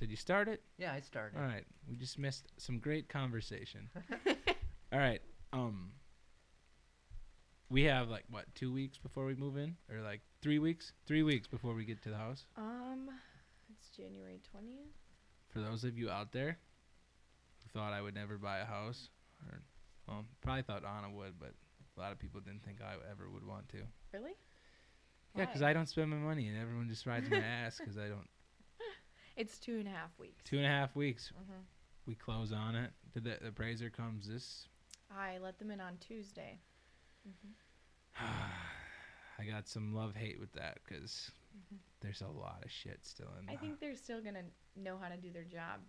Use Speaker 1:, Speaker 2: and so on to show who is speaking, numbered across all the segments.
Speaker 1: you start it?
Speaker 2: Yeah, I started.
Speaker 1: All right. We just missed some great conversation. All right. Um. We have like what two weeks before we move in, or like three weeks? Three weeks before we get to the house.
Speaker 3: Um, it's January 20th.
Speaker 1: For those of you out there who thought I would never buy a house, or well, probably thought Anna would, but a lot of people didn't think I ever would want to.
Speaker 3: Really?
Speaker 1: Yeah, because
Speaker 3: Why?
Speaker 1: I don't spend my money, and everyone just rides my ass because I don't.
Speaker 3: It's two and a half weeks.
Speaker 1: Two and a half weeks,
Speaker 3: Mhm.
Speaker 1: we close on it. The, the appraiser comes this.
Speaker 3: I let them in on Tuesday.
Speaker 1: I got some love hate with that because there's a lot of shit still in.
Speaker 3: Mm-hmm. I
Speaker 1: the-
Speaker 3: think they're still gonna know how to do their job.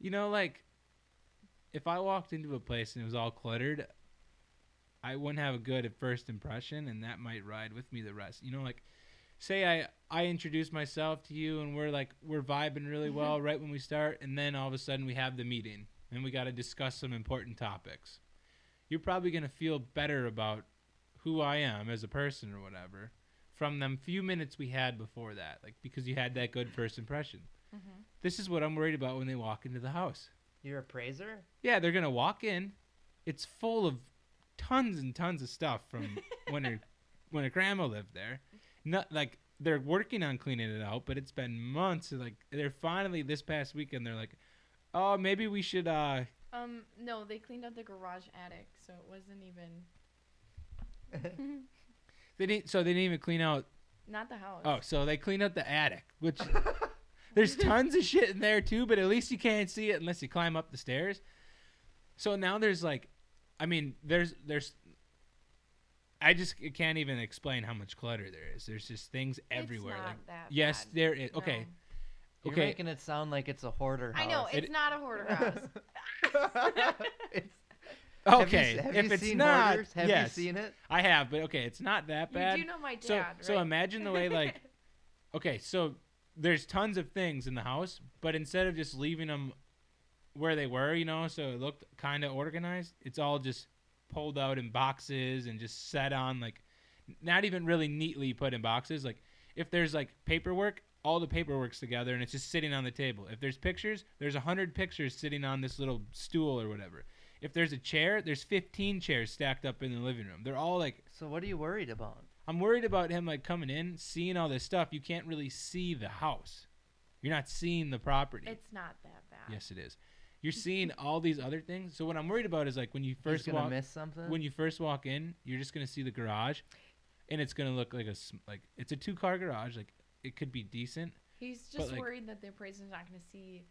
Speaker 1: you know, like if I walked into a place and it was all cluttered, I wouldn't have a good first impression, and that might ride with me the rest. You know, like say I I introduce myself to you, and we're like we're vibing really well right when we start, and then all of a sudden we have the meeting, and we got to discuss some important topics. You're probably gonna feel better about who I am as a person or whatever from them few minutes we had before that, like because you had that good first impression. This is what I'm worried about when they walk into the house.
Speaker 2: Your appraiser?
Speaker 1: Yeah, they're gonna walk in. It's full of tons and tons of stuff from when her when her grandma lived there. Not like they're working on cleaning it out, but it's been months. and, Like they're finally this past weekend. They're like, oh, maybe we should. uh
Speaker 3: Um, no, they cleaned out the garage attic, so it wasn't even
Speaker 1: They didn't. So they didn't even clean out.
Speaker 3: not the house.
Speaker 1: Oh, so they cleaned out the attic, which. There's tons of shit in there too, but at least you can't see it unless you climb up the stairs. So now there's like, I mean, there's there's, I just c- can't even explain how much clutter there is. There's just things everywhere.
Speaker 3: It's not
Speaker 1: like,
Speaker 3: that
Speaker 1: yes,
Speaker 3: bad.
Speaker 1: there is. Okay,
Speaker 3: No.
Speaker 2: You're
Speaker 1: okay.
Speaker 2: making it sound like it's a hoarder house.
Speaker 3: I know it's
Speaker 1: It-
Speaker 3: not a hoarder house.
Speaker 2: It's-
Speaker 1: okay.
Speaker 2: Have you, s- have
Speaker 1: if
Speaker 2: you
Speaker 1: it's
Speaker 2: seen
Speaker 1: not,
Speaker 2: hoarders? Have
Speaker 1: yes,
Speaker 2: you seen it?
Speaker 1: I have, but okay, it's not that bad.
Speaker 3: You do know my dad,
Speaker 1: so
Speaker 3: right?
Speaker 1: so imagine the way like okay so there's tons of things in the house but instead of just leaving them where they were you know so it looked kind of organized it's all just pulled out in boxes and just set on like not even really neatly put in boxes like if there's like paperwork all the paperwork's together and it's just sitting on the table if there's pictures there's 100 pictures sitting on this little stool or whatever if there's a chair there's 15 chairs stacked up in the living room they're all like
Speaker 2: So what are you worried about?
Speaker 1: I'm worried about him like coming in, seeing all this stuff. You can't really see the house. You're not seeing the property.
Speaker 3: it's not that bad.
Speaker 1: yes, it is. You're seeing all these other things. So what I'm worried about is like when you first
Speaker 2: He's gonna
Speaker 1: walk
Speaker 2: miss something.
Speaker 1: when you first walk in, you're just gonna see the garage, and it's gonna look like a sm- like it's a two car garage. Like it could be decent,
Speaker 3: He's just
Speaker 1: like-
Speaker 3: worried that the appraiser's not gonna see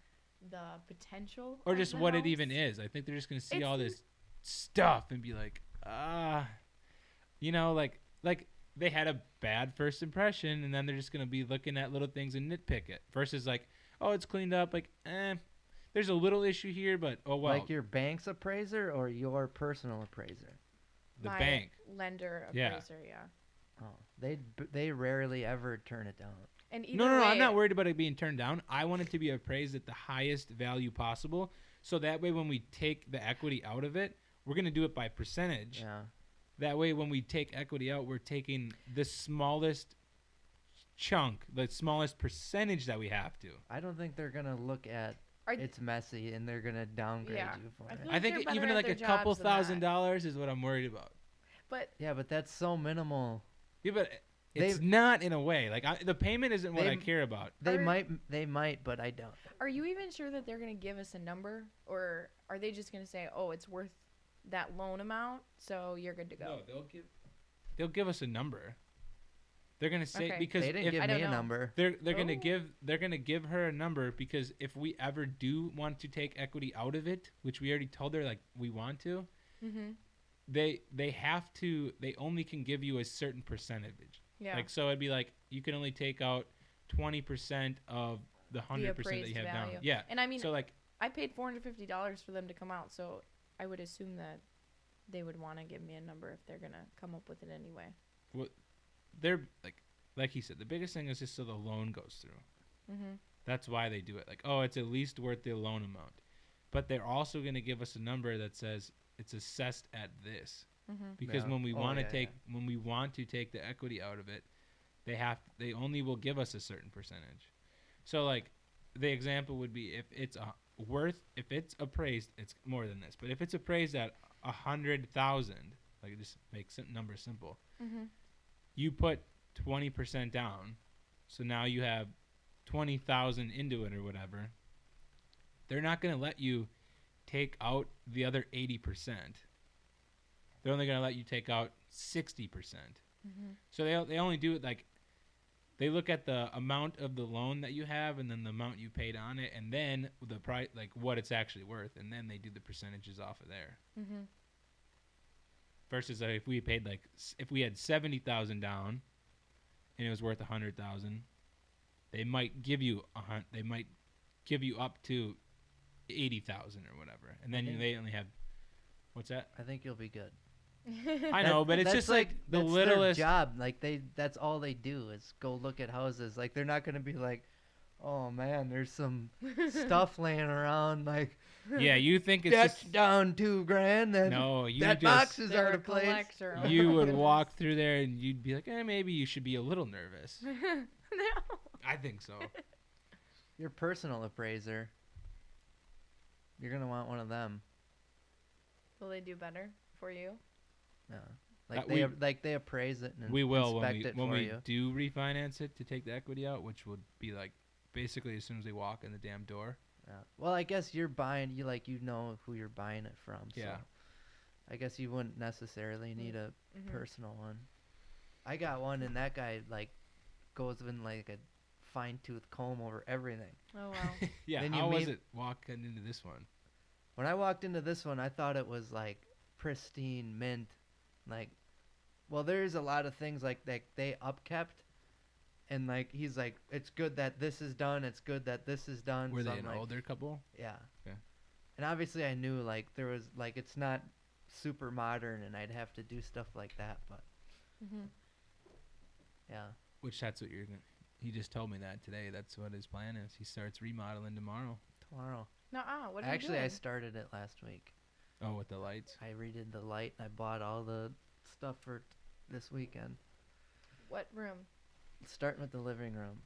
Speaker 3: the potential.
Speaker 1: or
Speaker 3: of
Speaker 1: just
Speaker 3: the
Speaker 1: what
Speaker 3: house.
Speaker 1: it even is. I think they're just gonna see
Speaker 3: It's
Speaker 1: all
Speaker 3: n-
Speaker 1: this stuff and be like, ah, you know, like like they had a bad first impression, and then they're just gonna be looking at little things and nitpick it. Versus like, oh, it's cleaned up. Like, eh, there's a little issue here, but oh well.
Speaker 2: like your bank's appraiser or your personal appraiser?
Speaker 1: the
Speaker 3: My
Speaker 1: bank.
Speaker 3: lender
Speaker 1: Yeah.
Speaker 3: appraiser, yeah.
Speaker 2: Oh, they b- they rarely ever turn it down.
Speaker 3: And either
Speaker 1: No, no, no. I'm
Speaker 3: way-
Speaker 1: not worried about it being turned down. I want it to be appraised at the highest value possible, so that way when we take the equity out of it. We're gonna do it by percentage.
Speaker 2: Yeah.
Speaker 1: That way, when we take equity out, we're taking the smallest chunk, the smallest percentage that we have to.
Speaker 2: I don't think they're gonna look at
Speaker 3: Are-
Speaker 2: it's messy and they're gonna downgrade
Speaker 3: Yeah.
Speaker 2: you for
Speaker 3: I
Speaker 2: it.
Speaker 3: feel
Speaker 1: I
Speaker 3: like
Speaker 1: think
Speaker 3: they're
Speaker 1: it- even
Speaker 3: better at
Speaker 1: like a
Speaker 3: their
Speaker 1: couple
Speaker 3: jobs than that.
Speaker 1: thousand dollars is what I'm worried about.
Speaker 3: But
Speaker 2: Yeah, but that's so minimal.
Speaker 1: Yeah, but it's
Speaker 2: They've-
Speaker 1: not in a way. Like I, the payment isn't what I
Speaker 2: They've-
Speaker 1: care about.
Speaker 2: They
Speaker 3: Are-
Speaker 2: might they might, but I don't.
Speaker 3: are you even sure that they're going to give us a number or are they just going to say, "Oh, it's worth that loan amount, so you're good to go."
Speaker 1: they'll give. They'll give us a number. They're gonna say
Speaker 3: Okay.
Speaker 1: because
Speaker 2: They didn't
Speaker 1: if
Speaker 2: give
Speaker 3: I
Speaker 2: me
Speaker 3: don't
Speaker 2: a
Speaker 3: know.
Speaker 2: number.
Speaker 1: they're they're gonna
Speaker 3: Oh.
Speaker 1: give they're gonna give her a number because if we ever do want to take equity out of it, which we already told her like we want to,
Speaker 3: Mhm.
Speaker 1: they they have to they only can give you a certain percentage.
Speaker 3: Yeah.
Speaker 1: Like so it'd be like you can only take out twenty percent of the hundred percent that you
Speaker 3: appraised
Speaker 1: have
Speaker 3: value.
Speaker 1: down. Yeah.
Speaker 3: and I mean,
Speaker 1: so like
Speaker 3: I paid $450 for them to come out, so I would assume that they would want to give me a number if they're going to come up with it anyway.
Speaker 1: they're like like he said, the biggest thing is just so the loan goes through.
Speaker 3: Mhm.
Speaker 1: That's why they do it. Like, oh, it's at least worth the loan amount. But they're also going to give us a number that says it's assessed at this.
Speaker 3: Mhm.
Speaker 1: Because
Speaker 2: Yeah.
Speaker 1: when we
Speaker 2: Oh,
Speaker 1: want to
Speaker 2: yeah,
Speaker 1: take when we want to take the equity out of it, they have they only will give us a certain percentage. So like the example would be if it's a worth if it's appraised it's more than this but if it's appraised at a hundred thousand like just make some numbers simple
Speaker 3: Mm-hmm.
Speaker 1: you put 20% down so now you have 20,000 into it or whatever they're not going to let you take out the other 80% they're only going to let you take out 60%
Speaker 3: Mhm.
Speaker 1: so they, they only do it like they look at the amount of the loan that you have and then the amount you paid on it and then the price like what it's actually worth and then they do the percentages off of there
Speaker 3: Mm-hmm.
Speaker 1: versus like, if we paid like s- if we had 70,000 down and it was worth 100,000 they might give you a hun- they might give you up to 80,000 or whatever and then
Speaker 2: think-
Speaker 1: they only have what's that
Speaker 2: I think you'll be good.
Speaker 1: I
Speaker 2: That-
Speaker 1: know but it's
Speaker 2: that's
Speaker 1: just like, the
Speaker 2: that's
Speaker 1: littlest
Speaker 2: their job. Like they, that's all they do is go look at houses. Like they're not gonna be like, oh man, there's some
Speaker 3: Mm-hmm.
Speaker 2: stuff laying around. Like
Speaker 1: yeah you think it's
Speaker 2: that's
Speaker 1: just,
Speaker 2: down two grand. Then
Speaker 1: no you
Speaker 2: that box
Speaker 1: just
Speaker 2: is
Speaker 3: They're
Speaker 2: out
Speaker 3: a
Speaker 2: of place.
Speaker 3: collector.
Speaker 1: you
Speaker 3: Oh,
Speaker 1: would
Speaker 3: goodness.
Speaker 1: walk through there and you'd be like eh, maybe you should be a little nervous
Speaker 3: no.
Speaker 1: I think so
Speaker 2: Your personal appraiser. You're gonna want one of them.
Speaker 3: Will they do better for you?
Speaker 2: Yeah. Like
Speaker 1: Uh,
Speaker 2: they
Speaker 1: we-
Speaker 2: ap- like they appraise it and
Speaker 1: we will when
Speaker 2: inspect
Speaker 1: we
Speaker 2: it
Speaker 1: when
Speaker 2: for
Speaker 1: we
Speaker 2: you.
Speaker 1: do refinance it to take the equity out, which would be like basically as soon as we walk in the damn door.
Speaker 2: Yeah. Well, I guess you're buying. You like you know who you're buying it from. So
Speaker 1: Yeah.
Speaker 2: I guess you wouldn't necessarily need a
Speaker 3: Mhm.
Speaker 2: personal one. I got one, and that guy like goes in like a fine tooth comb over everything.
Speaker 3: Oh wow.
Speaker 1: yeah,
Speaker 2: Then you
Speaker 1: how was
Speaker 2: meet-
Speaker 1: it walking into this one?
Speaker 2: When I walked into this one, I thought it was like pristine mint, like. Well, there's a lot of things like that they upkept, and like he's like, it's good that this is done. It's good that this is done.
Speaker 1: Were
Speaker 2: so
Speaker 1: they an
Speaker 2: I'm like,
Speaker 1: older couple?
Speaker 2: Yeah.
Speaker 1: Yeah.
Speaker 2: And obviously, I knew like there was like it's not super modern, and I'd have to do stuff like that. But
Speaker 3: Mhm.
Speaker 2: yeah,
Speaker 1: Which that's what you're gonna. He just told me that today. That's what his plan is. He starts remodeling tomorrow.
Speaker 2: tomorrow.
Speaker 3: Nuh-uh, what are
Speaker 2: Actually,
Speaker 3: you
Speaker 2: I
Speaker 3: doing?
Speaker 2: started it last week.
Speaker 1: Oh, with the lights.
Speaker 2: I redid the light, and I bought all the stuff for t- this weekend.
Speaker 3: what room?
Speaker 2: Starting with the living room.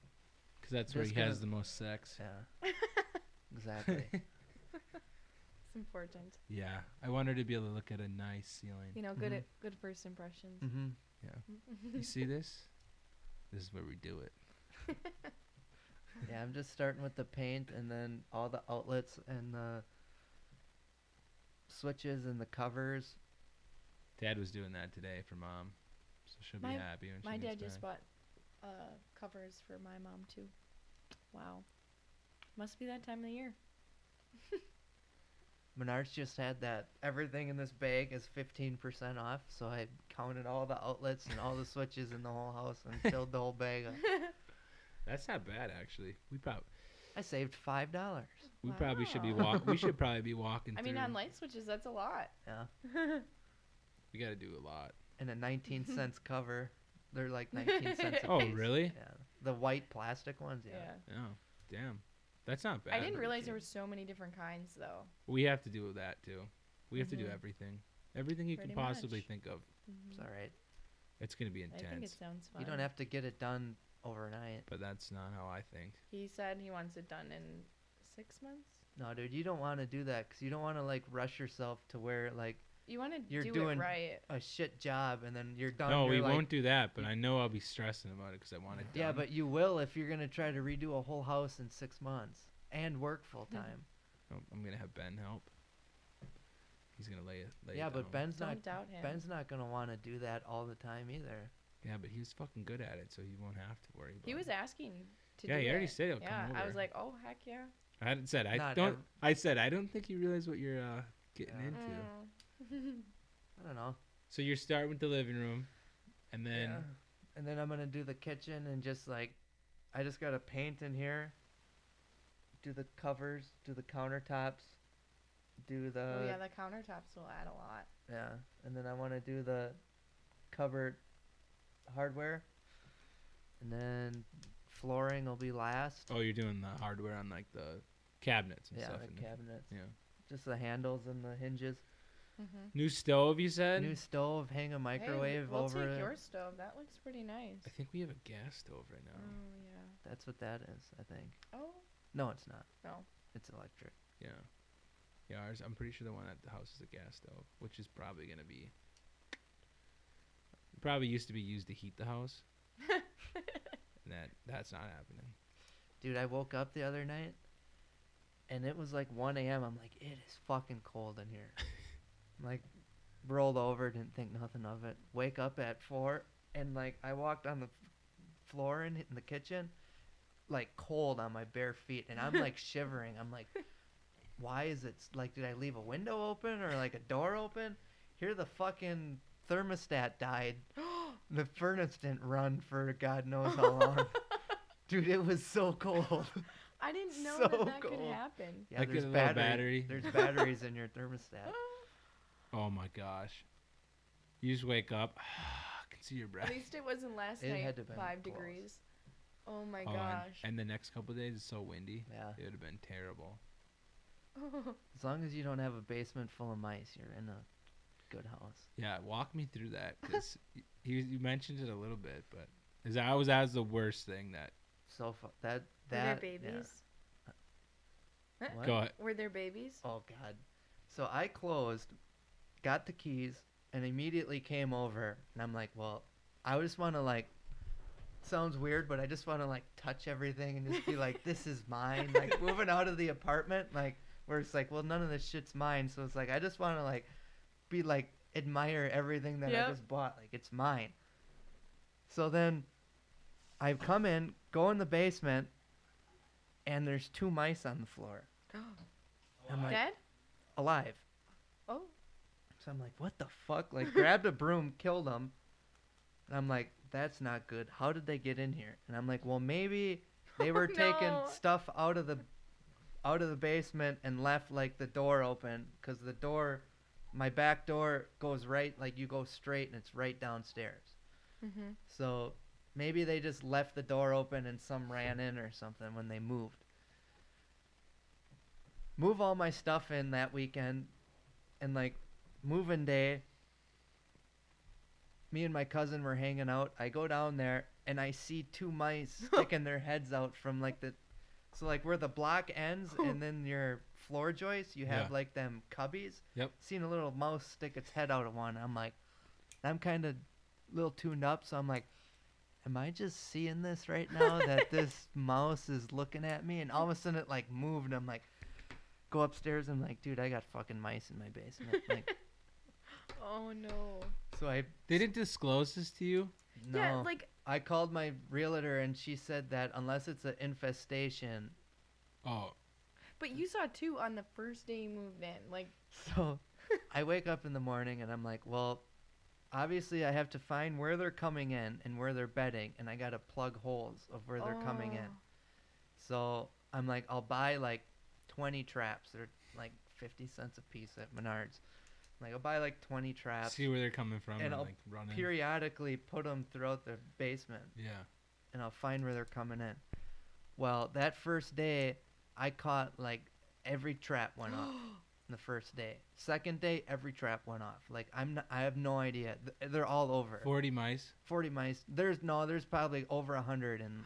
Speaker 1: 'Cause that's where he
Speaker 2: Just
Speaker 1: has
Speaker 2: gonna-
Speaker 1: the most sex.
Speaker 2: Yeah. exactly.
Speaker 3: It's important.
Speaker 1: yeah, I wanted to be able to look at a nice ceiling.
Speaker 3: You know, good
Speaker 2: Mhm.
Speaker 1: Mm-hmm.
Speaker 3: at good first impressions.
Speaker 2: hmm
Speaker 1: You see this? This is where we do it.
Speaker 2: Yeah, I'm just starting with the paint, and then all the outlets and the switches and the covers.
Speaker 1: Dad was doing that today for mom, so she'll
Speaker 3: My-
Speaker 1: be happy when she
Speaker 3: My
Speaker 1: gets
Speaker 3: dad just
Speaker 1: back.
Speaker 3: bought uh, covers for my mom too. Wow. Must be that time of the year.
Speaker 2: Menards just had that everything in this bag is 15% off, so I counted all the outlets and all the switches in the whole house and filled the whole bag up.
Speaker 1: That's not bad actually. We probably.
Speaker 2: I saved $5. dollars.
Speaker 1: We probably should be walk. We should probably be walking.
Speaker 3: I
Speaker 1: through.
Speaker 3: mean, on light switches, that's a lot.
Speaker 2: Yeah.
Speaker 1: We got to do a lot.
Speaker 2: And a 19 cents cover. They're like 19 cents a
Speaker 1: Oh,
Speaker 2: piece.
Speaker 1: really?
Speaker 2: Yeah. The white plastic ones, yeah.
Speaker 3: yeah.
Speaker 1: Oh, damn. That's not bad.
Speaker 3: I didn't realize there were
Speaker 2: cheap.
Speaker 3: so many different kinds though.
Speaker 1: We have to do that too. We have to do
Speaker 3: Mhm.
Speaker 1: everything. Everything you
Speaker 3: Pretty
Speaker 1: can possibly
Speaker 3: much.
Speaker 1: think of.
Speaker 2: It's all right.
Speaker 1: It's gonna be
Speaker 3: Mm-hmm. I think it
Speaker 1: intense.
Speaker 3: sounds fun.
Speaker 2: You don't have to get it done overnight.
Speaker 1: But that's not how I think.
Speaker 3: He said he wants it done in six months.
Speaker 2: No, dude, you don't want to do that because you don't want to like rush yourself to where like
Speaker 3: You want to
Speaker 2: You're
Speaker 3: do
Speaker 2: doing-
Speaker 3: it right.
Speaker 2: a shit job and then you're done.
Speaker 1: no,
Speaker 2: you're
Speaker 1: we
Speaker 2: like,
Speaker 1: won't do that. But
Speaker 2: you-
Speaker 1: I know I'll be stressing about it because I want it done.
Speaker 2: Yeah, but you will if you're gonna try to redo a whole house in six months and work full time.
Speaker 1: Oh, I'm gonna have Ben help. He's gonna lay it. Lay
Speaker 2: yeah,
Speaker 1: it down.
Speaker 2: but Ben's
Speaker 3: Don't
Speaker 2: not
Speaker 3: doubt him.
Speaker 2: Ben's not gonna want to do that all the time either.
Speaker 1: Yeah, but he's fucking good at it, so he won't have to worry. About
Speaker 3: He was
Speaker 1: It.
Speaker 3: asking to
Speaker 1: Yeah,
Speaker 3: do
Speaker 1: he already
Speaker 3: it.
Speaker 1: said he'll come
Speaker 3: yeah, I was
Speaker 1: over.
Speaker 3: like, oh heck yeah.
Speaker 1: I hadn't said I
Speaker 2: Not
Speaker 1: don't.
Speaker 2: ev-
Speaker 1: I said I don't think you realize what you're uh, getting
Speaker 2: Yeah.
Speaker 1: into.
Speaker 3: Mm.
Speaker 2: I don't know.
Speaker 1: So you're starting with the living room, and then
Speaker 2: yeah. and then I'm gonna do the kitchen and just like, I just gotta paint in here. Do the covers, do the countertops, do the
Speaker 3: oh yeah, the countertops will add a lot.
Speaker 2: yeah, and then I want to do the cupboard hardware, and then flooring will be last.
Speaker 1: oh, you're doing the hardware on like the cabinets and
Speaker 2: yeah,
Speaker 1: stuff. and-
Speaker 2: the cabinets,
Speaker 1: yeah.
Speaker 2: just the handles and the hinges.
Speaker 3: Mm-hmm.
Speaker 1: New stove, you said.
Speaker 2: New stove, hang a microwave
Speaker 3: we'll
Speaker 2: over
Speaker 3: take
Speaker 2: it.
Speaker 3: your stove. That looks pretty nice.
Speaker 2: um,
Speaker 1: I think we have a gas stove right
Speaker 3: Oh
Speaker 1: now.
Speaker 3: yeah.
Speaker 2: That's what that is, I think.
Speaker 3: Oh,
Speaker 2: No, it's not.
Speaker 3: No.
Speaker 2: It's electric.
Speaker 1: Yeah. Yeah, ours, I'm pretty sure the one at the house is a gas stove, which is probably going to be. Probably used to be used to heat the house. and that that's not happening.
Speaker 2: Dude, I woke up the other night and it was like 1 a.m. I'm like, it is fucking cold in here. I'm like, rolled over, didn't think nothing of it. Wake up at 4 and like I walked on the f- floor in, in the kitchen, like cold on my bare feet and I'm like shivering. I'm like, why is it s- like, did I leave a window open or like a door open? Here the fucking thermostat died. The furnace didn't run for God knows how long. Dude, it was so cold.
Speaker 3: I didn't know
Speaker 2: So
Speaker 3: that that could
Speaker 2: cold.
Speaker 3: happen.
Speaker 2: Yeah,
Speaker 1: Like a
Speaker 2: there's
Speaker 1: little
Speaker 2: battery,
Speaker 1: battery.
Speaker 2: There's batteries in your thermostat.
Speaker 1: Oh my gosh. You just wake up. I can see your breath.
Speaker 3: At least it wasn't last
Speaker 2: It
Speaker 3: night.
Speaker 2: had to been
Speaker 3: Five
Speaker 2: close.
Speaker 3: degrees. Oh my
Speaker 1: Oh, and,
Speaker 3: gosh.
Speaker 1: and the next couple days is so windy.
Speaker 2: Yeah.
Speaker 1: It would have been terrible.
Speaker 2: As long as you don't have a basement full of mice, you're in a good house.
Speaker 1: Yeah, walk me through that because you, you mentioned it a little bit, but as I was as the worst thing that
Speaker 2: So far, that
Speaker 3: Were there
Speaker 2: that yeah.
Speaker 3: babies?
Speaker 2: What?
Speaker 1: go
Speaker 3: Were there babies?
Speaker 2: Oh god. So I closed, got the keys, and immediately came over, and I'm like, well, I just want to like. Sounds weird, but I just want to like touch everything and just be like, "This is mine." Like moving out of the apartment, like where it's like, "Well, none of this shit's mine." So it's like I just want to like be like admire everything that
Speaker 3: Yep.
Speaker 2: I just bought, like it's mine. So then I come in, go in the basement, and there's two mice on the floor. Oh. I'm like,
Speaker 3: Dead?
Speaker 2: alive.
Speaker 3: Oh.
Speaker 2: So I'm like, what the fuck? Like, grabbed a broom, killed him. And I'm like, that's not good. How did they get in here? And I'm like, well, maybe they were taking
Speaker 3: no.
Speaker 2: stuff out of the out of the basement and left like the door open because the door, my back door goes right like you go straight and it's right downstairs.
Speaker 3: Mm-hmm.
Speaker 2: So maybe they just left the door open and some ran in or something when they moved. Move all my stuff in that weekend and like moving day. Me and my cousin were hanging out. I go down there and I see two mice sticking their heads out from like the so like where the block ends and then your floor joists, you
Speaker 1: Yeah.
Speaker 2: have like them cubbies.
Speaker 1: Yep.
Speaker 2: Seen a little mouse stick its head out of one. I'm like I'm kind of little tuned up, so I'm like, am I just seeing this right now that this mouse is looking at me? And all of a sudden it like moved. I'm like, go upstairs. I'm like, dude, I got fucking mice in my basement. Like,
Speaker 3: Oh no.
Speaker 2: so I
Speaker 1: they didn't disclose this to you.
Speaker 2: no.
Speaker 3: Yeah, like
Speaker 2: I called my realtor and she said that unless it's an infestation,
Speaker 1: Oh,
Speaker 3: but you saw two on the first day you moved in. Like
Speaker 2: So I wake up in the morning and I'm like, well, obviously I have to find where they're coming in and where they're bedding, and I got to plug holes of where they're coming in.
Speaker 3: Oh.
Speaker 2: So I'm like, I'll buy like 20 traps. They're like 50 cents a piece at Menards. Like, I'll buy like 20 traps,
Speaker 1: see where they're coming from
Speaker 2: And
Speaker 1: and,
Speaker 2: I'll
Speaker 1: like running.
Speaker 2: periodically put them throughout the basement.
Speaker 1: Yeah.
Speaker 2: and I'll find where they're coming in. Well, that first day, I caught like every trap
Speaker 3: oh.
Speaker 2: went off. The first day, second day, every trap went off. Like I'm, not, I have no idea. Th- They're all over.
Speaker 1: Forty mice.
Speaker 2: Forty mice. There's no. There's probably over a hundred in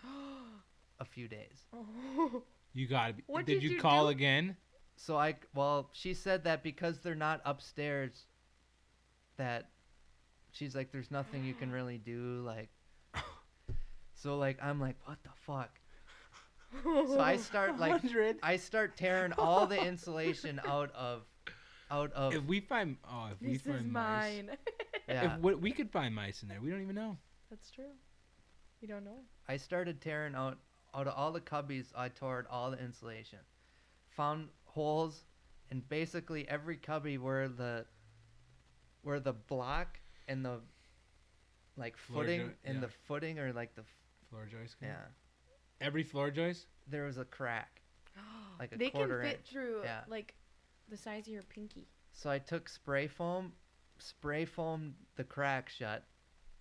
Speaker 2: a few days.
Speaker 3: oh.
Speaker 1: You gotta be.
Speaker 3: What
Speaker 1: did,
Speaker 3: did
Speaker 1: you,
Speaker 3: you
Speaker 1: call
Speaker 3: do?
Speaker 1: again?
Speaker 2: So I, well, she said that because they're not upstairs, that she's like, there's nothing you can really do. Like, so like I'm like, what the fuck? So I start like I start tearing all the insulation out of out of
Speaker 1: If we find, oh, if we
Speaker 3: This
Speaker 1: find
Speaker 3: is
Speaker 1: mice,
Speaker 3: mine.
Speaker 2: yeah.
Speaker 1: if we, we could find mice in there, we don't even know.
Speaker 3: That's true. You don't know.
Speaker 2: I started tearing out out of all the cubbies I tore out all the insulation. Found holes in basically every cubby where the where the block and the like
Speaker 1: Floor
Speaker 2: footing
Speaker 1: joint,
Speaker 2: and
Speaker 1: yeah. Hmm.
Speaker 2: the footing or like the f-
Speaker 1: Floor joist. can-
Speaker 2: yeah.
Speaker 1: Every floor joist.
Speaker 2: There was a crack. Like a
Speaker 3: they
Speaker 2: quarter
Speaker 3: can fit
Speaker 2: inch.
Speaker 3: through
Speaker 2: Yeah.
Speaker 3: like the size of your pinky.
Speaker 2: So I took spray foam, spray foamed the crack shut,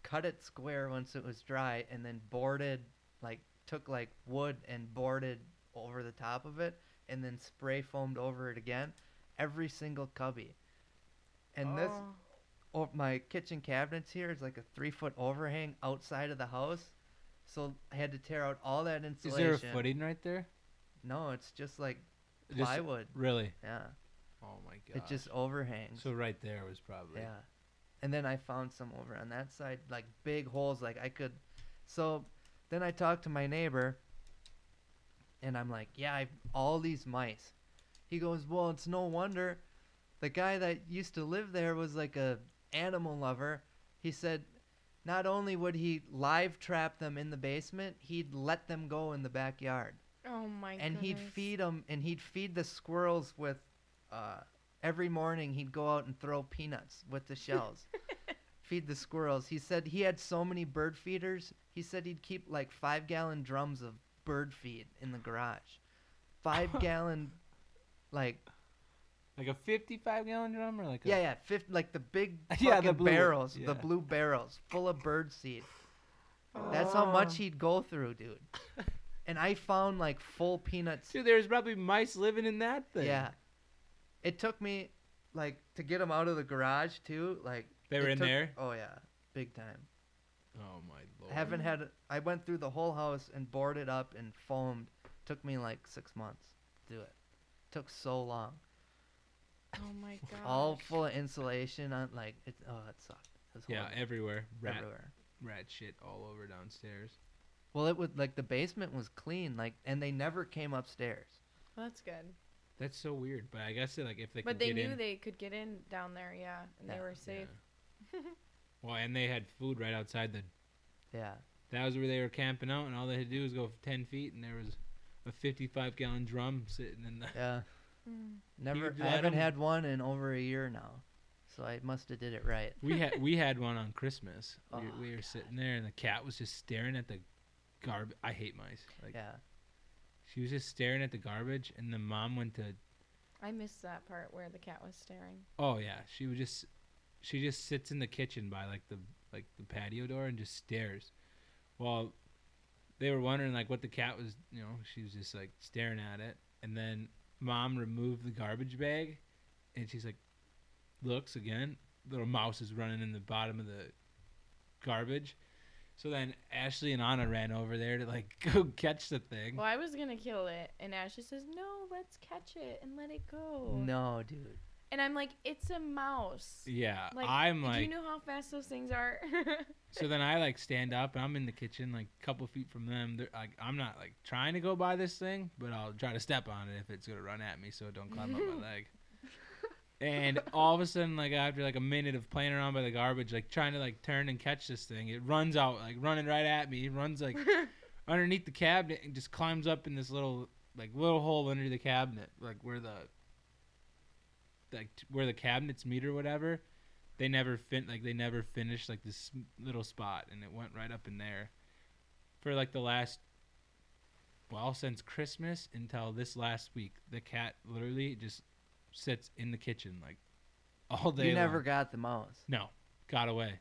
Speaker 2: cut it square once it was dry, and then boarded like took like wood and boarded over the top of it, and then spray foamed over it again, every single cubby. And this
Speaker 3: Oh.
Speaker 2: oh, my kitchen cabinets here is like a three foot overhang outside of the house, so I had to tear out all that
Speaker 1: Is
Speaker 2: insulation.
Speaker 1: there a footing right there?
Speaker 2: No, it's just like
Speaker 1: Just-
Speaker 2: plywood.
Speaker 1: Really?
Speaker 2: yeah,
Speaker 1: Oh my god.
Speaker 2: it just overhangs.
Speaker 1: so right there was probably.
Speaker 2: Yeah. And then I found some over on that side, like big holes, like I could. So then I talked to my neighbor, and I'm like, yeah, I've all these mice. He goes, well, it's no wonder. The guy that used to live there was like a animal lover. He said, not only would he live trap them in the basement, he'd let them go in the backyard
Speaker 3: Oh my god.
Speaker 2: and he'd feed them and he'd feed the squirrels with uh, every morning he'd go out and throw peanuts with the shells feed the squirrels he said he had so many bird feeders he said he'd keep like five gallon drums of bird feed in the garage five gallon like
Speaker 1: Like a 55 gallon drum or like a
Speaker 2: yeah yeah fifth like the big
Speaker 1: Yeah, the
Speaker 2: fucking
Speaker 1: blue one.
Speaker 2: barrels
Speaker 1: Yeah.
Speaker 2: the blue barrels full of bird seed
Speaker 3: Oh,
Speaker 2: that's how much he'd go through dude and i found like full peanuts
Speaker 1: Dude, there's probably mice living in that thing.
Speaker 2: Yeah. It took me like to get them out of the garage too. Like
Speaker 1: They were
Speaker 2: it
Speaker 1: in
Speaker 2: took-
Speaker 1: there?
Speaker 2: Oh yeah, big time.
Speaker 1: Oh my lord.
Speaker 2: I haven't had. I went through the whole house and boarded up and foamed. Took me like six months to do it. Took so long.
Speaker 3: Oh my god.
Speaker 2: All full of insulation on like it. Oh, it sucked. It was
Speaker 1: Yeah,
Speaker 2: horrible.
Speaker 1: everywhere. Rat,
Speaker 2: everywhere.
Speaker 1: rat shit all over downstairs.
Speaker 2: Well, it was like the basement was clean, like, and they never came upstairs.
Speaker 3: That's good.
Speaker 1: That's so weird. But I guess that, like if they
Speaker 3: But
Speaker 1: could
Speaker 3: they
Speaker 1: get
Speaker 3: knew
Speaker 1: in,
Speaker 3: they could get in down there, yeah, and
Speaker 2: Yeah.
Speaker 3: they were safe.
Speaker 1: yeah. well, and they had food right outside the.
Speaker 2: Yeah.
Speaker 1: That was where they were camping out, and all they had to do was go ten feet, and there was a fifty-five gallon drum sitting in the.
Speaker 2: Yeah.
Speaker 3: Mm.
Speaker 2: Never.
Speaker 1: You'd
Speaker 2: I
Speaker 1: let
Speaker 2: haven't
Speaker 1: 'em-
Speaker 2: had one in over a year now, so I must have did it right.
Speaker 1: We had we had one on Christmas. We,
Speaker 2: Oh,
Speaker 1: we were
Speaker 2: God.
Speaker 1: sitting there, and the cat was just staring at the garbage. I hate mice. Like
Speaker 2: Yeah.
Speaker 1: she was just staring at the garbage, and the mom went to.
Speaker 3: I missed that part where the cat was staring.
Speaker 1: Oh yeah, she was just. She just sits in the kitchen by like the like the patio door and just stares. Well, they were wondering like what the cat was. You know, she was just like staring at it, and then mom removed the garbage bag, and she's like, looks again. Little mouse is running in the bottom of the garbage. So then Ashley and Anna ran over there to like go catch the thing.
Speaker 2: Mm.
Speaker 3: Well, I was gonna kill it, and Ashley says, "No, let's catch it and let it go."
Speaker 2: No, dude.
Speaker 3: And I'm like, "It's a mouse."
Speaker 1: Yeah,
Speaker 3: Like,
Speaker 1: I'm
Speaker 3: Do
Speaker 1: like.
Speaker 3: you know how fast those things are?
Speaker 1: so then I like stand up and I'm in the kitchen like a couple feet from them. They're, like I'm not like trying to go by this thing, but I'll try to step on it if it's gonna run at me, so it don't climb up my leg. And all of a sudden, like after like a minute of playing around by the garbage, like trying to like turn and catch this thing, it runs out like running right at me. It runs like underneath the cabinet and just climbs up in this little like little hole under the cabinet, like where the like t- where the cabinets meet or whatever. They never fin like they never finished like this little spot, and it went right up in there for like the last well since Christmas until this last week. The cat literally just sits in the kitchen like all day.
Speaker 2: you never
Speaker 1: long.
Speaker 2: got the mouse.
Speaker 1: no got away.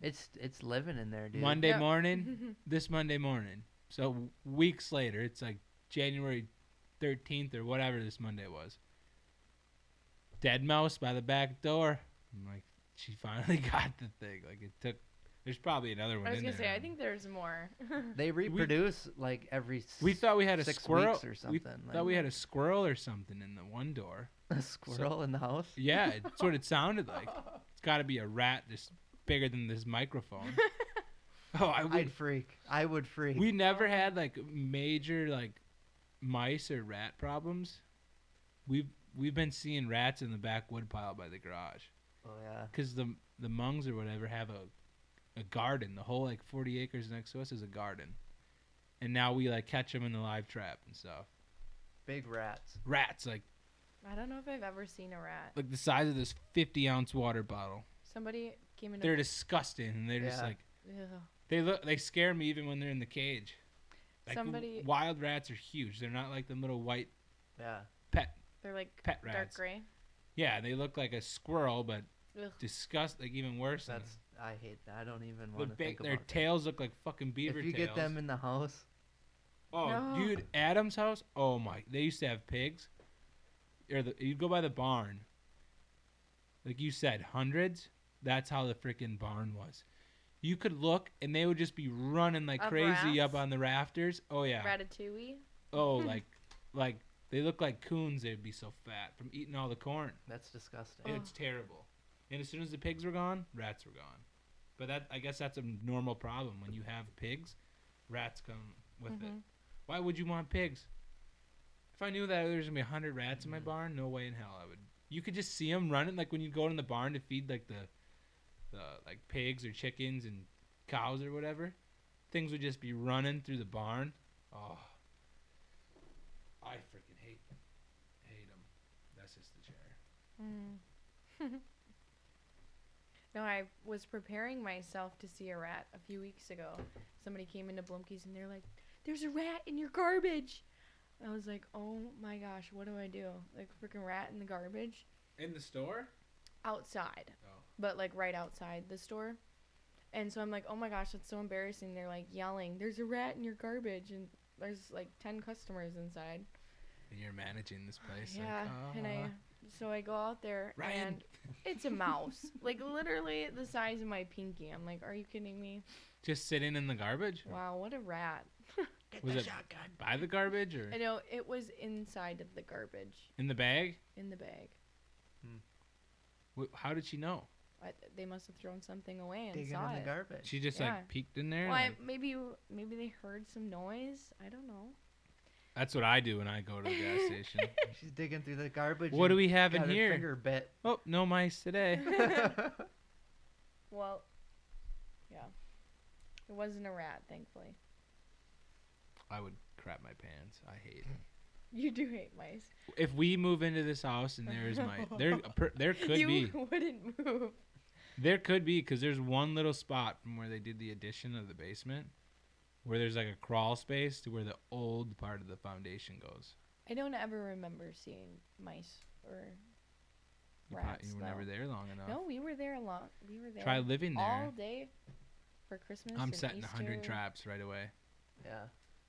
Speaker 2: It's it's living in there, dude.
Speaker 1: Monday
Speaker 3: Yeah.
Speaker 1: morning, this Monday morning. So w- weeks later, it's like January 13th or whatever this Monday was. Dead mouse by the back door. I'm like, she finally got the thing. Like it took. There's probably another one.
Speaker 3: I was
Speaker 1: in
Speaker 3: gonna
Speaker 1: there.
Speaker 3: say, I think there's more.
Speaker 2: They reproduce like every.
Speaker 1: we
Speaker 2: s-
Speaker 1: thought we had a
Speaker 2: six
Speaker 1: squirrel
Speaker 2: weeks or
Speaker 1: We
Speaker 2: something. like,
Speaker 1: thought we had a squirrel or something in the one door.
Speaker 2: a squirrel in the house.
Speaker 1: Yeah, it's what it sounded like. It's got to be a rat just bigger than this microphone. Oh, I would
Speaker 2: I'd freak. I would freak.
Speaker 1: We never had like major like mice or rat problems. We've we've been seeing rats in the back wood pile by the garage
Speaker 2: oh yeah.
Speaker 1: because the the mongs or whatever have a a garden. The whole like forty acres next to us is a garden, and now we like catch them in the live trap and stuff.
Speaker 2: Big rats.
Speaker 1: Rats like
Speaker 3: I don't know if I've ever seen a rat.
Speaker 1: like the size of this fifty ounce water bottle.
Speaker 3: Somebody came in.
Speaker 1: They're disgusting and they're just
Speaker 2: Yeah.
Speaker 1: like
Speaker 3: Ugh.
Speaker 1: they look they scare me even when they're in the cage. Like
Speaker 3: Somebody-
Speaker 1: wild rats are huge. They're not like them little white
Speaker 2: Yeah.
Speaker 1: pet
Speaker 3: They're like
Speaker 1: pet
Speaker 3: dark
Speaker 1: rats.
Speaker 3: gray.
Speaker 1: Yeah, they look like a squirrel, but
Speaker 3: Ugh.
Speaker 1: disgust like even worse. than
Speaker 2: That's. I hate that. I don't even
Speaker 1: the
Speaker 2: want to
Speaker 1: big,
Speaker 2: think
Speaker 1: their
Speaker 2: about that.
Speaker 1: tails look like fucking
Speaker 2: If
Speaker 1: beaver
Speaker 2: you
Speaker 1: tails.
Speaker 2: get them in the house,
Speaker 1: oh,
Speaker 3: No.
Speaker 1: dude, Adam's house. Oh my, they used to have pigs. Or the, you'd go by the barn. Like you said, hundreds. That's how the freaking barn was. You could look, and they would just be running like
Speaker 3: Of
Speaker 1: crazy up
Speaker 3: rats?
Speaker 1: on the rafters. Oh yeah.
Speaker 3: Ratatouille.
Speaker 1: Oh, like like they look like coons. They'd be so fat from eating all the corn.
Speaker 2: That's disgusting.
Speaker 3: Ugh.
Speaker 1: It's terrible. And as soon as the pigs were gone, rats were gone. But that I guess that's a normal problem when you have pigs, rats come with it.
Speaker 3: Mhm.
Speaker 1: Why would you want pigs? If I knew that there was gonna be hundred rats in my barn, no way in hell I would. You could just see them running, like when you go in the barn to feed like the, the like pigs or chickens and cows or whatever. Things would just be running through the barn. Oh, I freaking hate hate them. That's just the chair.
Speaker 3: Mm. no, I was preparing myself to see a rat a few weeks ago. Somebody came into Blumkey's and they're like, "There's a rat in your garbage." I was like, "Oh my gosh, what do I do? Like freaking rat in the garbage
Speaker 1: In the store?
Speaker 3: outside,
Speaker 1: Oh.
Speaker 3: but like right outside the store." And so I'm like, "Oh my gosh, that's so embarrassing." They're like yelling, "There's a rat in your garbage," and there's like ten customers inside.
Speaker 1: And you're managing this place. like,
Speaker 3: yeah, and I
Speaker 1: "Uh,
Speaker 3: so I go out there
Speaker 1: Ryan."
Speaker 3: and it's a mouse, like literally the size of my pinky. I'm like, are you kidding me?
Speaker 1: just sitting in the garbage.
Speaker 3: Wow, what a rat!
Speaker 2: Get
Speaker 1: Was
Speaker 2: the
Speaker 1: it-
Speaker 2: shotgun.
Speaker 1: By the garbage or
Speaker 3: I know it was inside of the garbage
Speaker 1: in the bag?
Speaker 3: in the bag.
Speaker 1: Wh- How did she know?
Speaker 3: I, they must have thrown something away and
Speaker 2: Digging
Speaker 3: saw
Speaker 2: in the
Speaker 3: it.
Speaker 2: garbage.
Speaker 1: She just
Speaker 3: Yeah.
Speaker 1: like peeked in there.
Speaker 3: Well, I,
Speaker 1: like-
Speaker 3: maybe maybe they heard some noise. I don't know.
Speaker 1: that's what I do when I go to the gas station.
Speaker 2: She's digging through the garbage.
Speaker 1: what do
Speaker 2: and
Speaker 1: we have
Speaker 2: got
Speaker 1: in
Speaker 2: her
Speaker 1: here?
Speaker 2: Finger bit.
Speaker 1: Oh, no mice today.
Speaker 3: Well, yeah, it wasn't a rat, thankfully.
Speaker 1: I would crap my pants. I hate.
Speaker 3: You do hate mice.
Speaker 1: If we move into this house and there is my there per, there could
Speaker 3: you
Speaker 1: be
Speaker 3: wouldn't move.
Speaker 1: there could be because there's one little spot from where they did the addition of the basement where there's like a crawl space to where the old part of the foundation goes.
Speaker 3: I don't ever remember seeing mice or
Speaker 1: You, pro-
Speaker 3: rats.
Speaker 1: you were
Speaker 3: though.
Speaker 1: never there long enough.
Speaker 3: No, we were there a lot. We were there
Speaker 1: Try living
Speaker 3: all
Speaker 1: there.
Speaker 3: day for Christmas.
Speaker 1: I'm
Speaker 3: and
Speaker 1: setting a hundred
Speaker 3: Easter.
Speaker 1: traps right away.
Speaker 2: Yeah.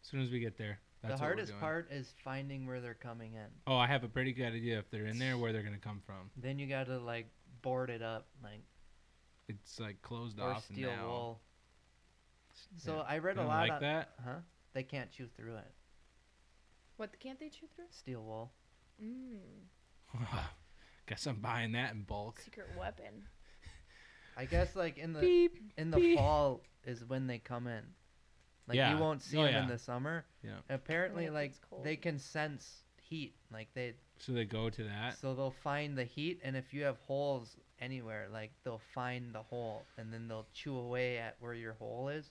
Speaker 1: As soon as we get there. That's
Speaker 2: the
Speaker 1: what we're
Speaker 2: hardest
Speaker 1: doing.
Speaker 2: part is finding where they're coming in.
Speaker 1: Oh, I have a pretty good idea if they're in there where they're gonna come from.
Speaker 2: Then you gotta like board it up, like
Speaker 1: It's like closed
Speaker 2: or
Speaker 1: off
Speaker 2: steel
Speaker 1: now.
Speaker 2: wool.
Speaker 1: Yeah.
Speaker 2: So I read
Speaker 1: Kinda
Speaker 2: a lot
Speaker 1: like
Speaker 2: on-
Speaker 1: that.
Speaker 2: Huh? They can't chew through it.
Speaker 3: What can't they chew through?
Speaker 2: Steel wool.
Speaker 3: Mm,
Speaker 1: Guess I'm buying that in bulk.
Speaker 3: secret weapon.
Speaker 2: I guess like in the
Speaker 1: Beep.
Speaker 2: in the
Speaker 1: beep.
Speaker 2: fall is when they come in. Like
Speaker 1: Yeah.
Speaker 2: you won't see
Speaker 1: Oh,
Speaker 2: them
Speaker 1: yeah.
Speaker 2: in the summer.
Speaker 1: Yeah.
Speaker 2: Apparently,
Speaker 3: it
Speaker 2: like
Speaker 3: gets cold.
Speaker 2: they can sense heat. Like they,
Speaker 1: So they go to that.
Speaker 2: so they'll find the heat, and if you have holes anywhere, like they'll find the hole, and then they'll chew away at where your hole is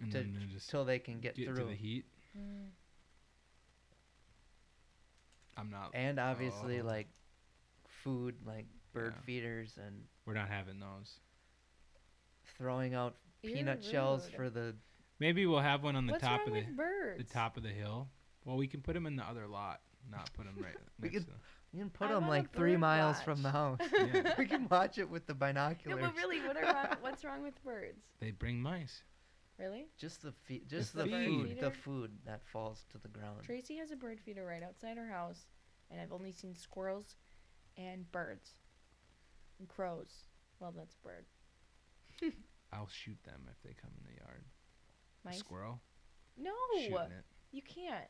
Speaker 1: And
Speaker 2: to,
Speaker 1: then they just
Speaker 2: till they can get,
Speaker 1: get to
Speaker 2: through.
Speaker 1: the heat.
Speaker 3: Mm.
Speaker 1: I'm not.
Speaker 2: And obviously,
Speaker 1: Oh.
Speaker 2: like food, like bird
Speaker 1: Yeah.
Speaker 2: feeders, and
Speaker 1: We're not having those.
Speaker 2: throwing out
Speaker 3: You're
Speaker 2: peanut shells
Speaker 3: rude.
Speaker 2: for the.
Speaker 1: Maybe we'll have one on the
Speaker 3: What's
Speaker 1: top
Speaker 3: wrong
Speaker 1: of the
Speaker 3: with birds?
Speaker 1: the top of the hill. Well, we can put them in the other lot. Not put them right
Speaker 2: We
Speaker 1: next
Speaker 2: could-
Speaker 1: to.
Speaker 2: You can put
Speaker 3: I
Speaker 2: them
Speaker 3: wanna
Speaker 2: like three
Speaker 3: bird
Speaker 2: miles from the
Speaker 3: watch.
Speaker 2: house.
Speaker 1: Yeah.
Speaker 2: we can watch it with the
Speaker 3: No,
Speaker 2: binoculars.
Speaker 3: but really, what are wrong, what's wrong with birds?
Speaker 1: They bring mice.
Speaker 3: Really?
Speaker 2: Just the fe- just
Speaker 1: the
Speaker 2: the,
Speaker 1: bird
Speaker 2: food,
Speaker 3: feeder?
Speaker 2: the food that falls to the ground.
Speaker 3: Tracy has a bird feeder right outside her house, and I've only seen squirrels and birds and crows. Well, that's a bird.
Speaker 1: I'll shoot them if they come in the yard. A
Speaker 3: Mice?
Speaker 1: squirrel.
Speaker 3: No,
Speaker 1: Shooting it.
Speaker 3: you can't.